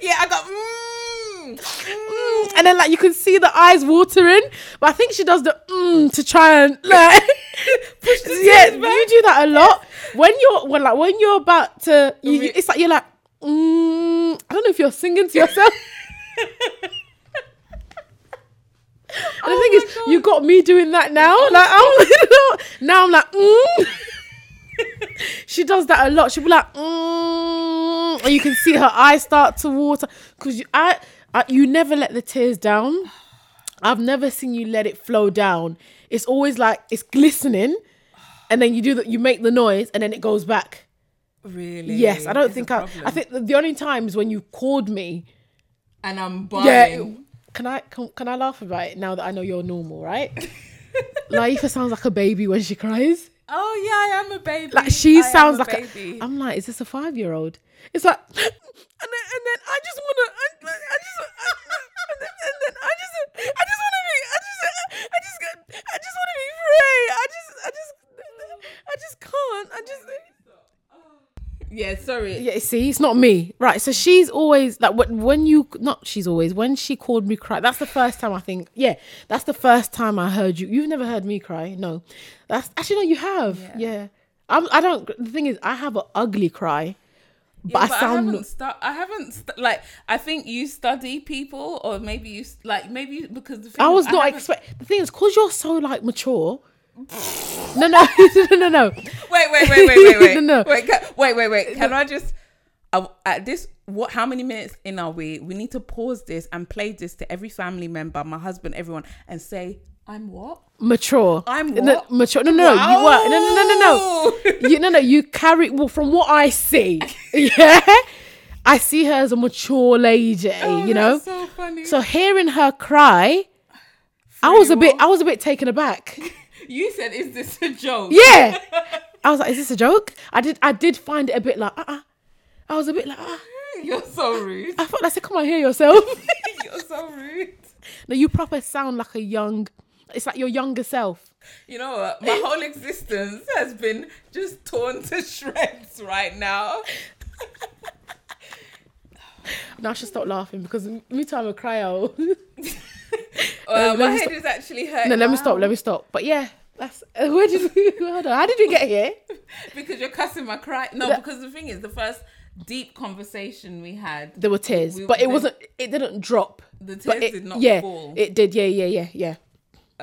Speaker 1: yeah, I got. Mm, mm.
Speaker 2: mm, and then like you can see the eyes watering but i think she does the mm to try and like
Speaker 1: Push the
Speaker 2: yeah,
Speaker 1: tears back.
Speaker 2: you do that a lot. When you're when like when you're about to, you,
Speaker 1: Re-
Speaker 2: you- it's like you're like, mm, I don't know if you're singing to yourself. And
Speaker 1: Oh
Speaker 2: the thing is, you got me doing that now. Like I'm now I'm like, mm. she does that a lot. She'll be like, mm, and you can see her eyes start to water because you, I, I, you never let the tears down. I've never seen you let it flow down. It's always like it's glistening, and then you do that. You make the noise, and then it goes back.
Speaker 1: Really?
Speaker 2: Yes, I don't
Speaker 1: It's a
Speaker 2: think I. I
Speaker 1: problem.
Speaker 2: think the the only times when you called me,
Speaker 1: And I'm
Speaker 2: yeah.
Speaker 1: buying.
Speaker 2: Can I can, can I laugh about it now that I know you're normal, right? Laifa sounds like a baby when she cries.
Speaker 1: Oh yeah, I am a baby.
Speaker 2: Like she
Speaker 1: I am
Speaker 2: sounds
Speaker 1: a
Speaker 2: like
Speaker 1: baby.
Speaker 2: a. I'm like, is this a five year old? It's like, and then, and then I just wanna, I, I just, I, and, then, and then I just, I just wanna be, I just, I just, I just wanna be free. I just, I just, I just can't. I just.
Speaker 1: yeah, sorry.
Speaker 2: Yeah, see, it's not me. Right. So she's always like when when you not she's always when she called me cry. That's the first time I think. Yeah, that's the first time I heard you. You've never heard me cry. No, that's actually no, you have. Yeah. I'm, I don't. The thing is, I have an ugly cry, but
Speaker 1: Yeah,
Speaker 2: I sound.
Speaker 1: haven't stu- I haven't stu- like I think you study people or maybe you s- like maybe you- because the thing
Speaker 2: I
Speaker 1: is,
Speaker 2: was not
Speaker 1: haven't-
Speaker 2: expect. The thing is, cause you're so like mature. no, no, no, no, no.
Speaker 1: Wait, wait, wait, wait, wait, wait.
Speaker 2: No.
Speaker 1: Wait, ca- wait, wait, wait. Can I just I, at this what how many minutes in are we? We need to pause this and play this to every family member, my husband, everyone and say I'm what?
Speaker 2: Mature.
Speaker 1: I'm
Speaker 2: No,
Speaker 1: what?
Speaker 2: mature. No, no, no. You were. No, no, no, no, no.
Speaker 1: no.
Speaker 2: you no no you carry well from what I see yeah I see her as a mature lady you know so,
Speaker 1: Oh, so funny.
Speaker 2: hearing her cry I was a
Speaker 1: you
Speaker 2: bit
Speaker 1: off.
Speaker 2: I was a bit taken aback
Speaker 1: you said is this a joke?
Speaker 2: yeah I was like is this a joke I did I did find it a bit like uh uh I was a bit like uh,
Speaker 1: You're so rude.
Speaker 2: I thought I said come on hear yourself
Speaker 1: You're so rude.
Speaker 2: no you proper sound like a young it's like your younger self
Speaker 1: You know what? My whole existence has been just torn to shreds right now.
Speaker 2: now I should stop laughing because me time I cry out
Speaker 1: Uh,
Speaker 2: let
Speaker 1: my
Speaker 2: me
Speaker 1: head
Speaker 2: stop.
Speaker 1: is actually hurting.
Speaker 2: no let me stop let me stop but yeah that's where did we hold on how did we get here
Speaker 1: Because you're cussing my cry. No,
Speaker 2: That-
Speaker 1: because the thing is, the first deep conversation we had,
Speaker 2: there were tears,
Speaker 1: We-
Speaker 2: but it
Speaker 1: the-
Speaker 2: wasn't. It didn't drop.
Speaker 1: the tears
Speaker 2: But it,
Speaker 1: did not
Speaker 2: yeah,
Speaker 1: fall. Um,
Speaker 2: it did. Yeah, yeah, yeah, yeah.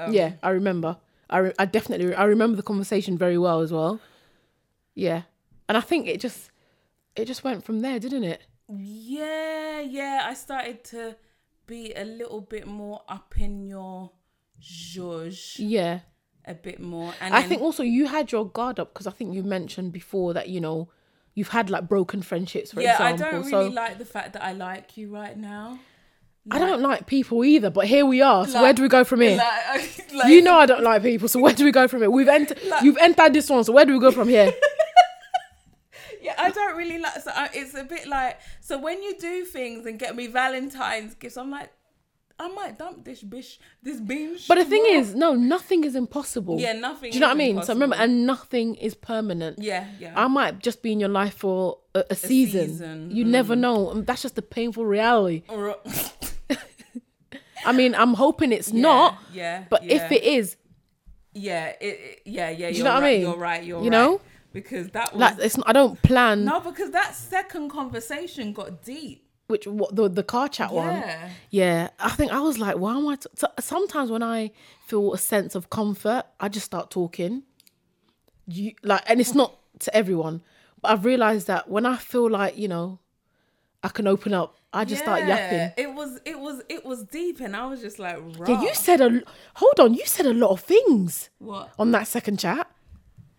Speaker 2: yeah, I remember. I, re- I definitely I remember the conversation very well as well. Yeah, and I think it just it just went from there, didn't it?
Speaker 1: Yeah, yeah. I started to be a little bit more up in your zhuzh
Speaker 2: Yeah.
Speaker 1: a bit more. And
Speaker 2: I
Speaker 1: then-
Speaker 2: think also you had your guard up because I think you mentioned before that you know you've had like broken friendships for
Speaker 1: yeah, I
Speaker 2: example.
Speaker 1: don't really
Speaker 2: so
Speaker 1: like the fact that I like you right now.
Speaker 2: I don't like people either, but here we are. So where do we go from here?
Speaker 1: Like, like,
Speaker 2: you know I don't like people, so where do we go from here? We've entered you've entered this one, so where do we go from here?
Speaker 1: Yeah, I don't really like. So I, it's a bit like. So when you do things and get me Valentine's gifts, I'm like, I might dump this bish, this binge.
Speaker 2: But the thing
Speaker 1: tomorrow.
Speaker 2: is, no, nothing is impossible.
Speaker 1: yeah, nothing.
Speaker 2: Do you know
Speaker 1: is
Speaker 2: what I mean? So remember,
Speaker 1: impossible.
Speaker 2: and nothing is permanent.
Speaker 1: yeah, yeah.
Speaker 2: I might just be in your life for a, a, season.
Speaker 1: season, Mm.
Speaker 2: You never know. And that's just the painful reality.
Speaker 1: Or-
Speaker 2: I mean, I'm hoping it's not,
Speaker 1: Yeah,
Speaker 2: but
Speaker 1: yeah.
Speaker 2: if it is,
Speaker 1: yeah, it, it- yeah, yeah.
Speaker 2: you
Speaker 1: you're
Speaker 2: know what I
Speaker 1: right,
Speaker 2: mean?
Speaker 1: You're right. You're
Speaker 2: You
Speaker 1: right.
Speaker 2: know?
Speaker 1: because that was
Speaker 2: like, um, it's not, I don't plan
Speaker 1: no, because that second conversation got deep.
Speaker 2: which what the the car chat one.
Speaker 1: Yeah,
Speaker 2: Yeah, I think I was like, why am I? T-? so- Sometimes when I feel a sense of comfort, I just start talking. You like, and it's not to everyone, but I've realized that when I feel like you know, I can open up, I just start yapping.
Speaker 1: It was, it was, it was deep, and I was just like,
Speaker 2: Yeah,
Speaker 1: "Rah."
Speaker 2: you said a l- hold on. You said a lot of things
Speaker 1: what?
Speaker 2: on that second chat,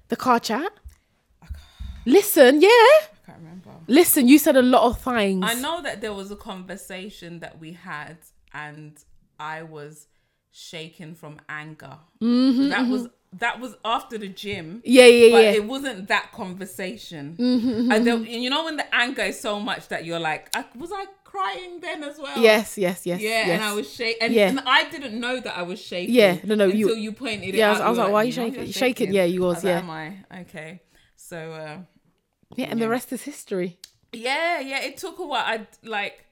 Speaker 2: the car chat. Listen, yeah,
Speaker 1: I can't remember.
Speaker 2: listen. You said a lot of things.
Speaker 1: I know that there was a conversation that we had, and I was shaken from anger.
Speaker 2: Mm-hmm,
Speaker 1: that was that was after the gym.
Speaker 2: Yeah, yeah, Mm-hmm.
Speaker 1: But
Speaker 2: yeah.
Speaker 1: it wasn't that conversation. And then, you know when the anger is so much that you're like, I, was I crying then as well?
Speaker 2: yes, yes, yes.
Speaker 1: Yeah,
Speaker 2: yes.
Speaker 1: and I was shaking, and,
Speaker 2: Yeah.
Speaker 1: and I didn't know that I was shaking.
Speaker 2: Yeah, no, no, you-
Speaker 1: until you, pointed it
Speaker 2: Yeah,
Speaker 1: out.
Speaker 2: I was- I was
Speaker 1: were
Speaker 2: like, why are you
Speaker 1: "No,
Speaker 2: shaking?
Speaker 1: you're
Speaker 2: Shaking, yeah, you
Speaker 1: I
Speaker 2: was, yeah.
Speaker 1: Like, Am I okay? So uh,
Speaker 2: yeah, and the rest is history.
Speaker 1: yeah, yeah, it took a while. I like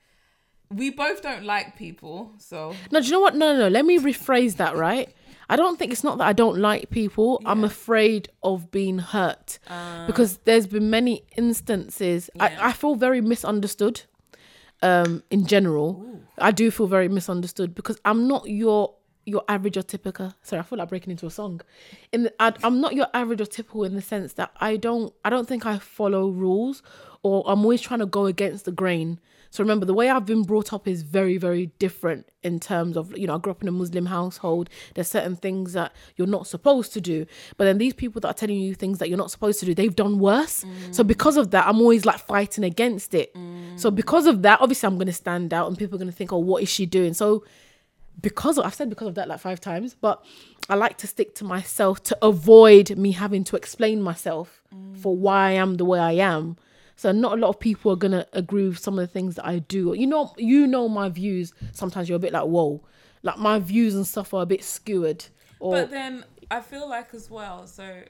Speaker 1: we both don't like people, so
Speaker 2: No, do you know what? No, no, no. Let me rephrase that, right? I don't think it's not that I don't like people. I'm afraid of being hurt because there's been many instances.
Speaker 1: Yeah.
Speaker 2: I, I feel very misunderstood um, in general. I do feel very misunderstood because I'm not your your average or typical. Sorry, I feel like breaking into a song. In the, I, I'm not your average or typical in the sense that I don't I don't think I follow rules or I'm always trying to go against the grain. So remember, the way I've been brought up is very very different in terms of you know I grew up in a Muslim household. There's certain things that you're not supposed to do, but then these people that are telling you things that you're not supposed to do, they've done worse. So because of that, I'm always like fighting against it. So because of that, obviously I'm gonna stand out and people are gonna think, oh, what is she doing? So because of, I've said because of that like five times, but I like to stick to myself to avoid me having to explain myself
Speaker 1: Mm.
Speaker 2: for why I am the way I am. So not a lot of people are gonna agree with some of the things that I do. You know, you know my views. Sometimes you're a bit like, whoa, like my views and stuff are a bit skewered. Or
Speaker 1: but then I feel like as well, so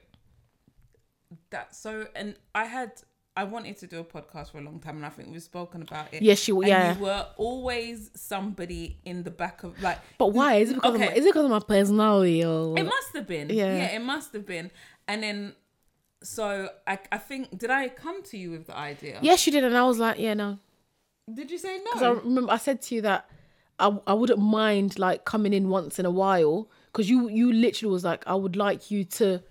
Speaker 1: that so and I had I wanted to do a podcast for a long time and I think we've spoken about it.
Speaker 2: Yes, you-
Speaker 1: And
Speaker 2: yeah.
Speaker 1: you were always somebody in the back of like
Speaker 2: but why is it because of
Speaker 1: Okay.
Speaker 2: my, is it because of my personality or
Speaker 1: It must have been.
Speaker 2: Yeah.
Speaker 1: Yeah. it must have been. And then, so I, I think, did I come to you with the idea?
Speaker 2: yes you did and I was like yeah no
Speaker 1: Did you say no?
Speaker 2: So I remember I said to you that I, I wouldn't mind like coming in once in a while because you you literally was like I would like you to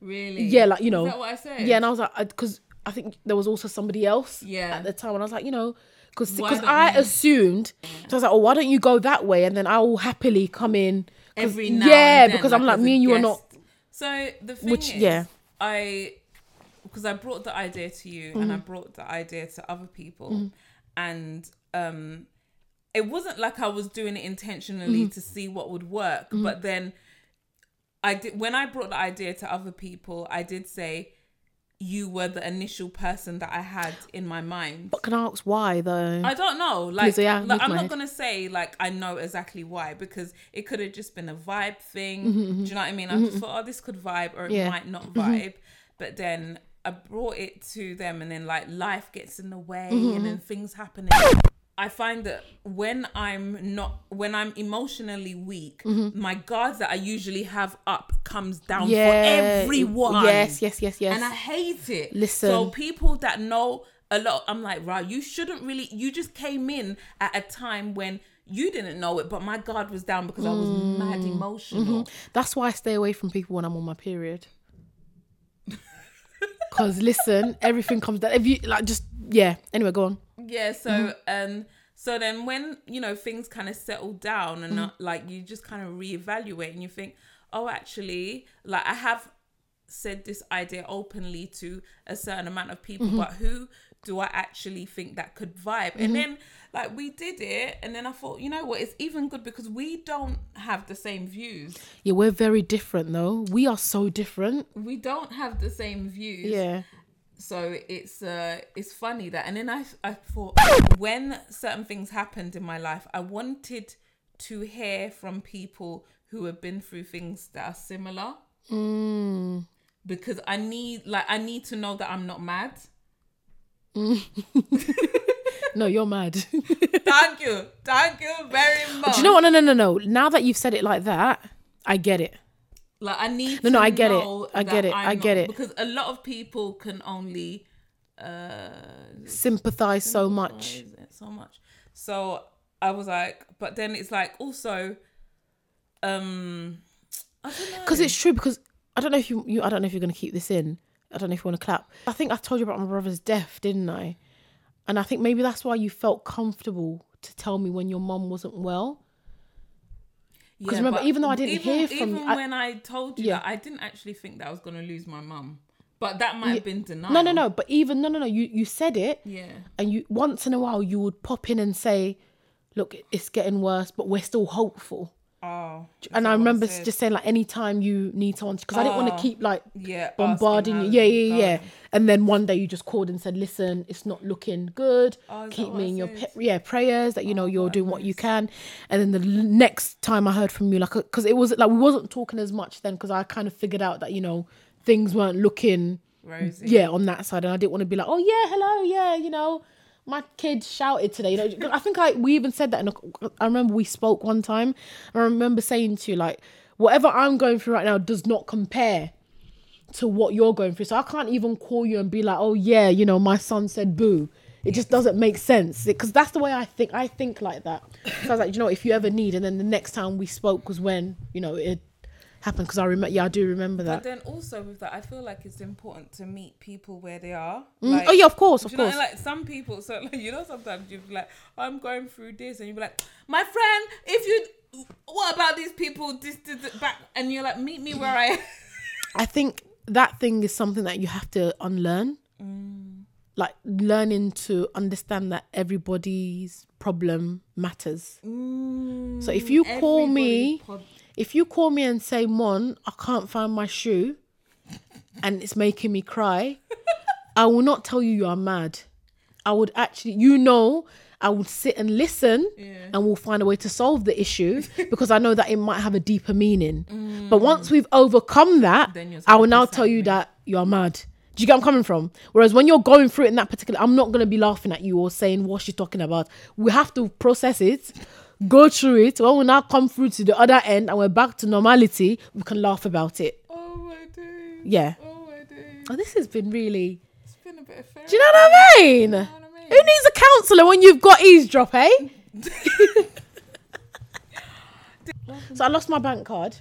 Speaker 1: really?
Speaker 2: yeah like you know
Speaker 1: Is that what I said?
Speaker 2: yeah and I was like because I, think there was also somebody else
Speaker 1: Yeah.
Speaker 2: at the time and I was like you know because
Speaker 1: Why
Speaker 2: because
Speaker 1: don't
Speaker 2: I
Speaker 1: you-
Speaker 2: assumed so I was like oh why don't you go that way and then I will happily come in 'cause-
Speaker 1: Every now
Speaker 2: yeah
Speaker 1: and then,
Speaker 2: because I'm like
Speaker 1: as
Speaker 2: me
Speaker 1: a
Speaker 2: and you are not
Speaker 1: guest. So the thing
Speaker 2: Which-
Speaker 1: is,
Speaker 2: yeah.
Speaker 1: I because I brought the idea to you and I
Speaker 2: Mm-hmm.
Speaker 1: brought the idea to other people, and um, it wasn't like I was doing it intentionally
Speaker 2: Mm-hmm.
Speaker 1: to see what would work, but then I did when I brought the idea to other people, I did say you were the initial person that I had in my mind.
Speaker 2: but can I ask why though
Speaker 1: I don't know. Like,
Speaker 2: so yeah,
Speaker 1: like,
Speaker 2: leave
Speaker 1: I'm
Speaker 2: my
Speaker 1: not
Speaker 2: head.
Speaker 1: gonna say like I know exactly why because it could have just been a vibe thing. Do you know what I mean? I just thought, oh, this could vibe or it
Speaker 2: Mm-hmm, Yeah. Mm-hmm.
Speaker 1: might not vibe. But then I brought it to them, and then like life gets in the way,
Speaker 2: Mm-hmm.
Speaker 1: and then things happening. I find that when I'm not, when I'm emotionally weak,
Speaker 2: Mm-hmm.
Speaker 1: my guards that I usually have up comes down
Speaker 2: yeah
Speaker 1: for everyone.
Speaker 2: yes yes yes yes
Speaker 1: And I hate it.
Speaker 2: Listen.
Speaker 1: So people that know a lot, I'm like, right, you shouldn't really. You just came in at a time when You didn't know it, but my guard was down because I was mad
Speaker 2: Mm. Mm-hmm.
Speaker 1: emotional.
Speaker 2: That's why I stay away from people when I'm on my period. Cause listen, everything comes down. If you like, just yeah. Anyway, go on.
Speaker 1: Yeah, so um so then when, you know, things kind of settle down and uh, like you just kind of reevaluate and you think, "Oh, actually, like I have said this idea openly to a certain amount of people, but who do I actually think that could vibe?" And then like we did it and then I thought, "You know what? It's even good because we don't have the same views.
Speaker 2: Yeah, we're very different though. We are so different.
Speaker 1: We don't have the same views."
Speaker 2: Yeah.
Speaker 1: so it's uh it's funny that and then i i thought when certain things happened in my life i wanted to hear from people who have been through things that are similar
Speaker 2: Mm.
Speaker 1: because i need like i need to know that i'm not mad
Speaker 2: No, you're mad.
Speaker 1: thank you thank you very much
Speaker 2: Do you know what? No, no, no, no. Now that you've said it like that, I get it.
Speaker 1: like i need
Speaker 2: No, no,
Speaker 1: to
Speaker 2: I get it.
Speaker 1: know
Speaker 2: I get
Speaker 1: that
Speaker 2: it.
Speaker 1: I'm
Speaker 2: I get
Speaker 1: not-
Speaker 2: it.
Speaker 1: because a lot of people can only uh,
Speaker 2: Sympathize so much.
Speaker 1: Is it so much? So I was like, but then it's like also, um, I don't know.
Speaker 2: Because it's true. Because I don't know if you, you. I don't know if you're going to keep this in. I don't know if you want to clap. I think I told you about my brother's death, didn't I? And I think maybe that's why you felt comfortable to tell me when your mum wasn't well.
Speaker 1: Because
Speaker 2: remember, even though I didn't hear from you,
Speaker 1: even
Speaker 2: I-
Speaker 1: when I told you
Speaker 2: Yeah.
Speaker 1: that, I didn't actually think that I was going to lose my mum, but that might have been denied.
Speaker 2: No, no, no. But even no, no, no. You you said it,
Speaker 1: Yeah,
Speaker 2: and you once in a while you would pop in and say, "Look, it's getting worse, but we're still hopeful."
Speaker 1: oh, is that
Speaker 2: and I
Speaker 1: what it
Speaker 2: remember
Speaker 1: said?
Speaker 2: just saying like anytime you need someone because I didn't want to keep like
Speaker 1: yeah,
Speaker 2: bombarding you.
Speaker 1: asking
Speaker 2: Yeah,
Speaker 1: how
Speaker 2: yeah,
Speaker 1: it's
Speaker 2: yeah. And then one day you just called and said, "Listen, it's not looking good.
Speaker 1: Oh, is that
Speaker 2: Keep
Speaker 1: what I
Speaker 2: me in your
Speaker 1: said? Oh,
Speaker 2: pe- yeah prayers that you know you're doing what you can." And then the l- next time I heard from you, like, because it was like we wasn't talking as much then because I kind of figured out that you know things weren't looking
Speaker 1: going, Rosie.
Speaker 2: yeah on that side, and I didn't want to be like, "Oh yeah, hello, yeah, you know." My kid shouted today. You know, I think I we even said that. In a, I remember we spoke one time. I remember saying to you like, whatever I'm going through right now does not compare to what you're going through. So I can't even call you and be like, oh yeah, you know, my son said boo. It just doesn't make sense because that's the way I think. I think like that. So I was like, you know, what, if you ever need, and then the next time we spoke was when you know it happened because I remember. Yeah, I do remember
Speaker 1: But
Speaker 2: that.
Speaker 1: then also with that, I feel like it's important to meet people where they are.
Speaker 2: Mm,
Speaker 1: Like,
Speaker 2: oh yeah, of course, of
Speaker 1: Do you
Speaker 2: course.
Speaker 1: know, like some people, so like, you know, sometimes you'd be like, "Oh, I'm going through this, and you'd be like, my friend, if you, what about these people, this, this, this back, and you're like, meet me where I am.
Speaker 2: I think that thing is something that you have to unlearn. Like learning to understand that everybody's problem matters. so if you
Speaker 1: Mm,
Speaker 2: call me, if you call me and say, "Mon, I can't find my shoe," and it's making me cry, I will not tell you you are mad. I would actually, you know, I would sit and listen and we'll find a way to solve the issue because I know that it might have a deeper meaning. But once we've overcome that,
Speaker 1: Then you're
Speaker 2: I
Speaker 1: supposed
Speaker 2: will
Speaker 1: to
Speaker 2: now tell
Speaker 1: sound
Speaker 2: you
Speaker 1: me.
Speaker 2: that you're mad. Do you get where I'm coming from? Whereas when you're going through it in that particular, I'm not going to be laughing at you or saying what she's talking about. We have to process it, go through it. When we now come through to the other end and we're back to normality, we can laugh about it.
Speaker 1: Oh my days.
Speaker 2: Yeah.
Speaker 1: Oh my days.
Speaker 2: Oh, this has been really.
Speaker 1: It's been a bit of therapy.
Speaker 2: Do you know what I mean?
Speaker 1: know what I mean?
Speaker 2: Who needs a counsellor when you've got eavesdrop, eh? so I lost my bank card.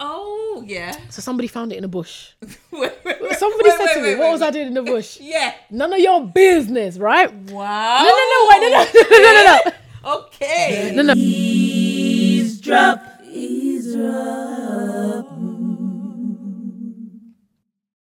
Speaker 1: Oh yeah.
Speaker 2: So somebody found it in a bush.
Speaker 1: Wait, wait, wait,
Speaker 2: Somebody
Speaker 1: wait,
Speaker 2: said
Speaker 1: wait,
Speaker 2: to me,
Speaker 1: wait,
Speaker 2: "What
Speaker 1: wait,
Speaker 2: was I doing in the bush?"
Speaker 1: Yeah.
Speaker 2: None of your business, right?
Speaker 1: Wow.
Speaker 2: No, no, no, wait, no, no, no, no, no, no.
Speaker 1: Okay.
Speaker 2: No, no.
Speaker 1: Eavesdrop. Eavesdrop.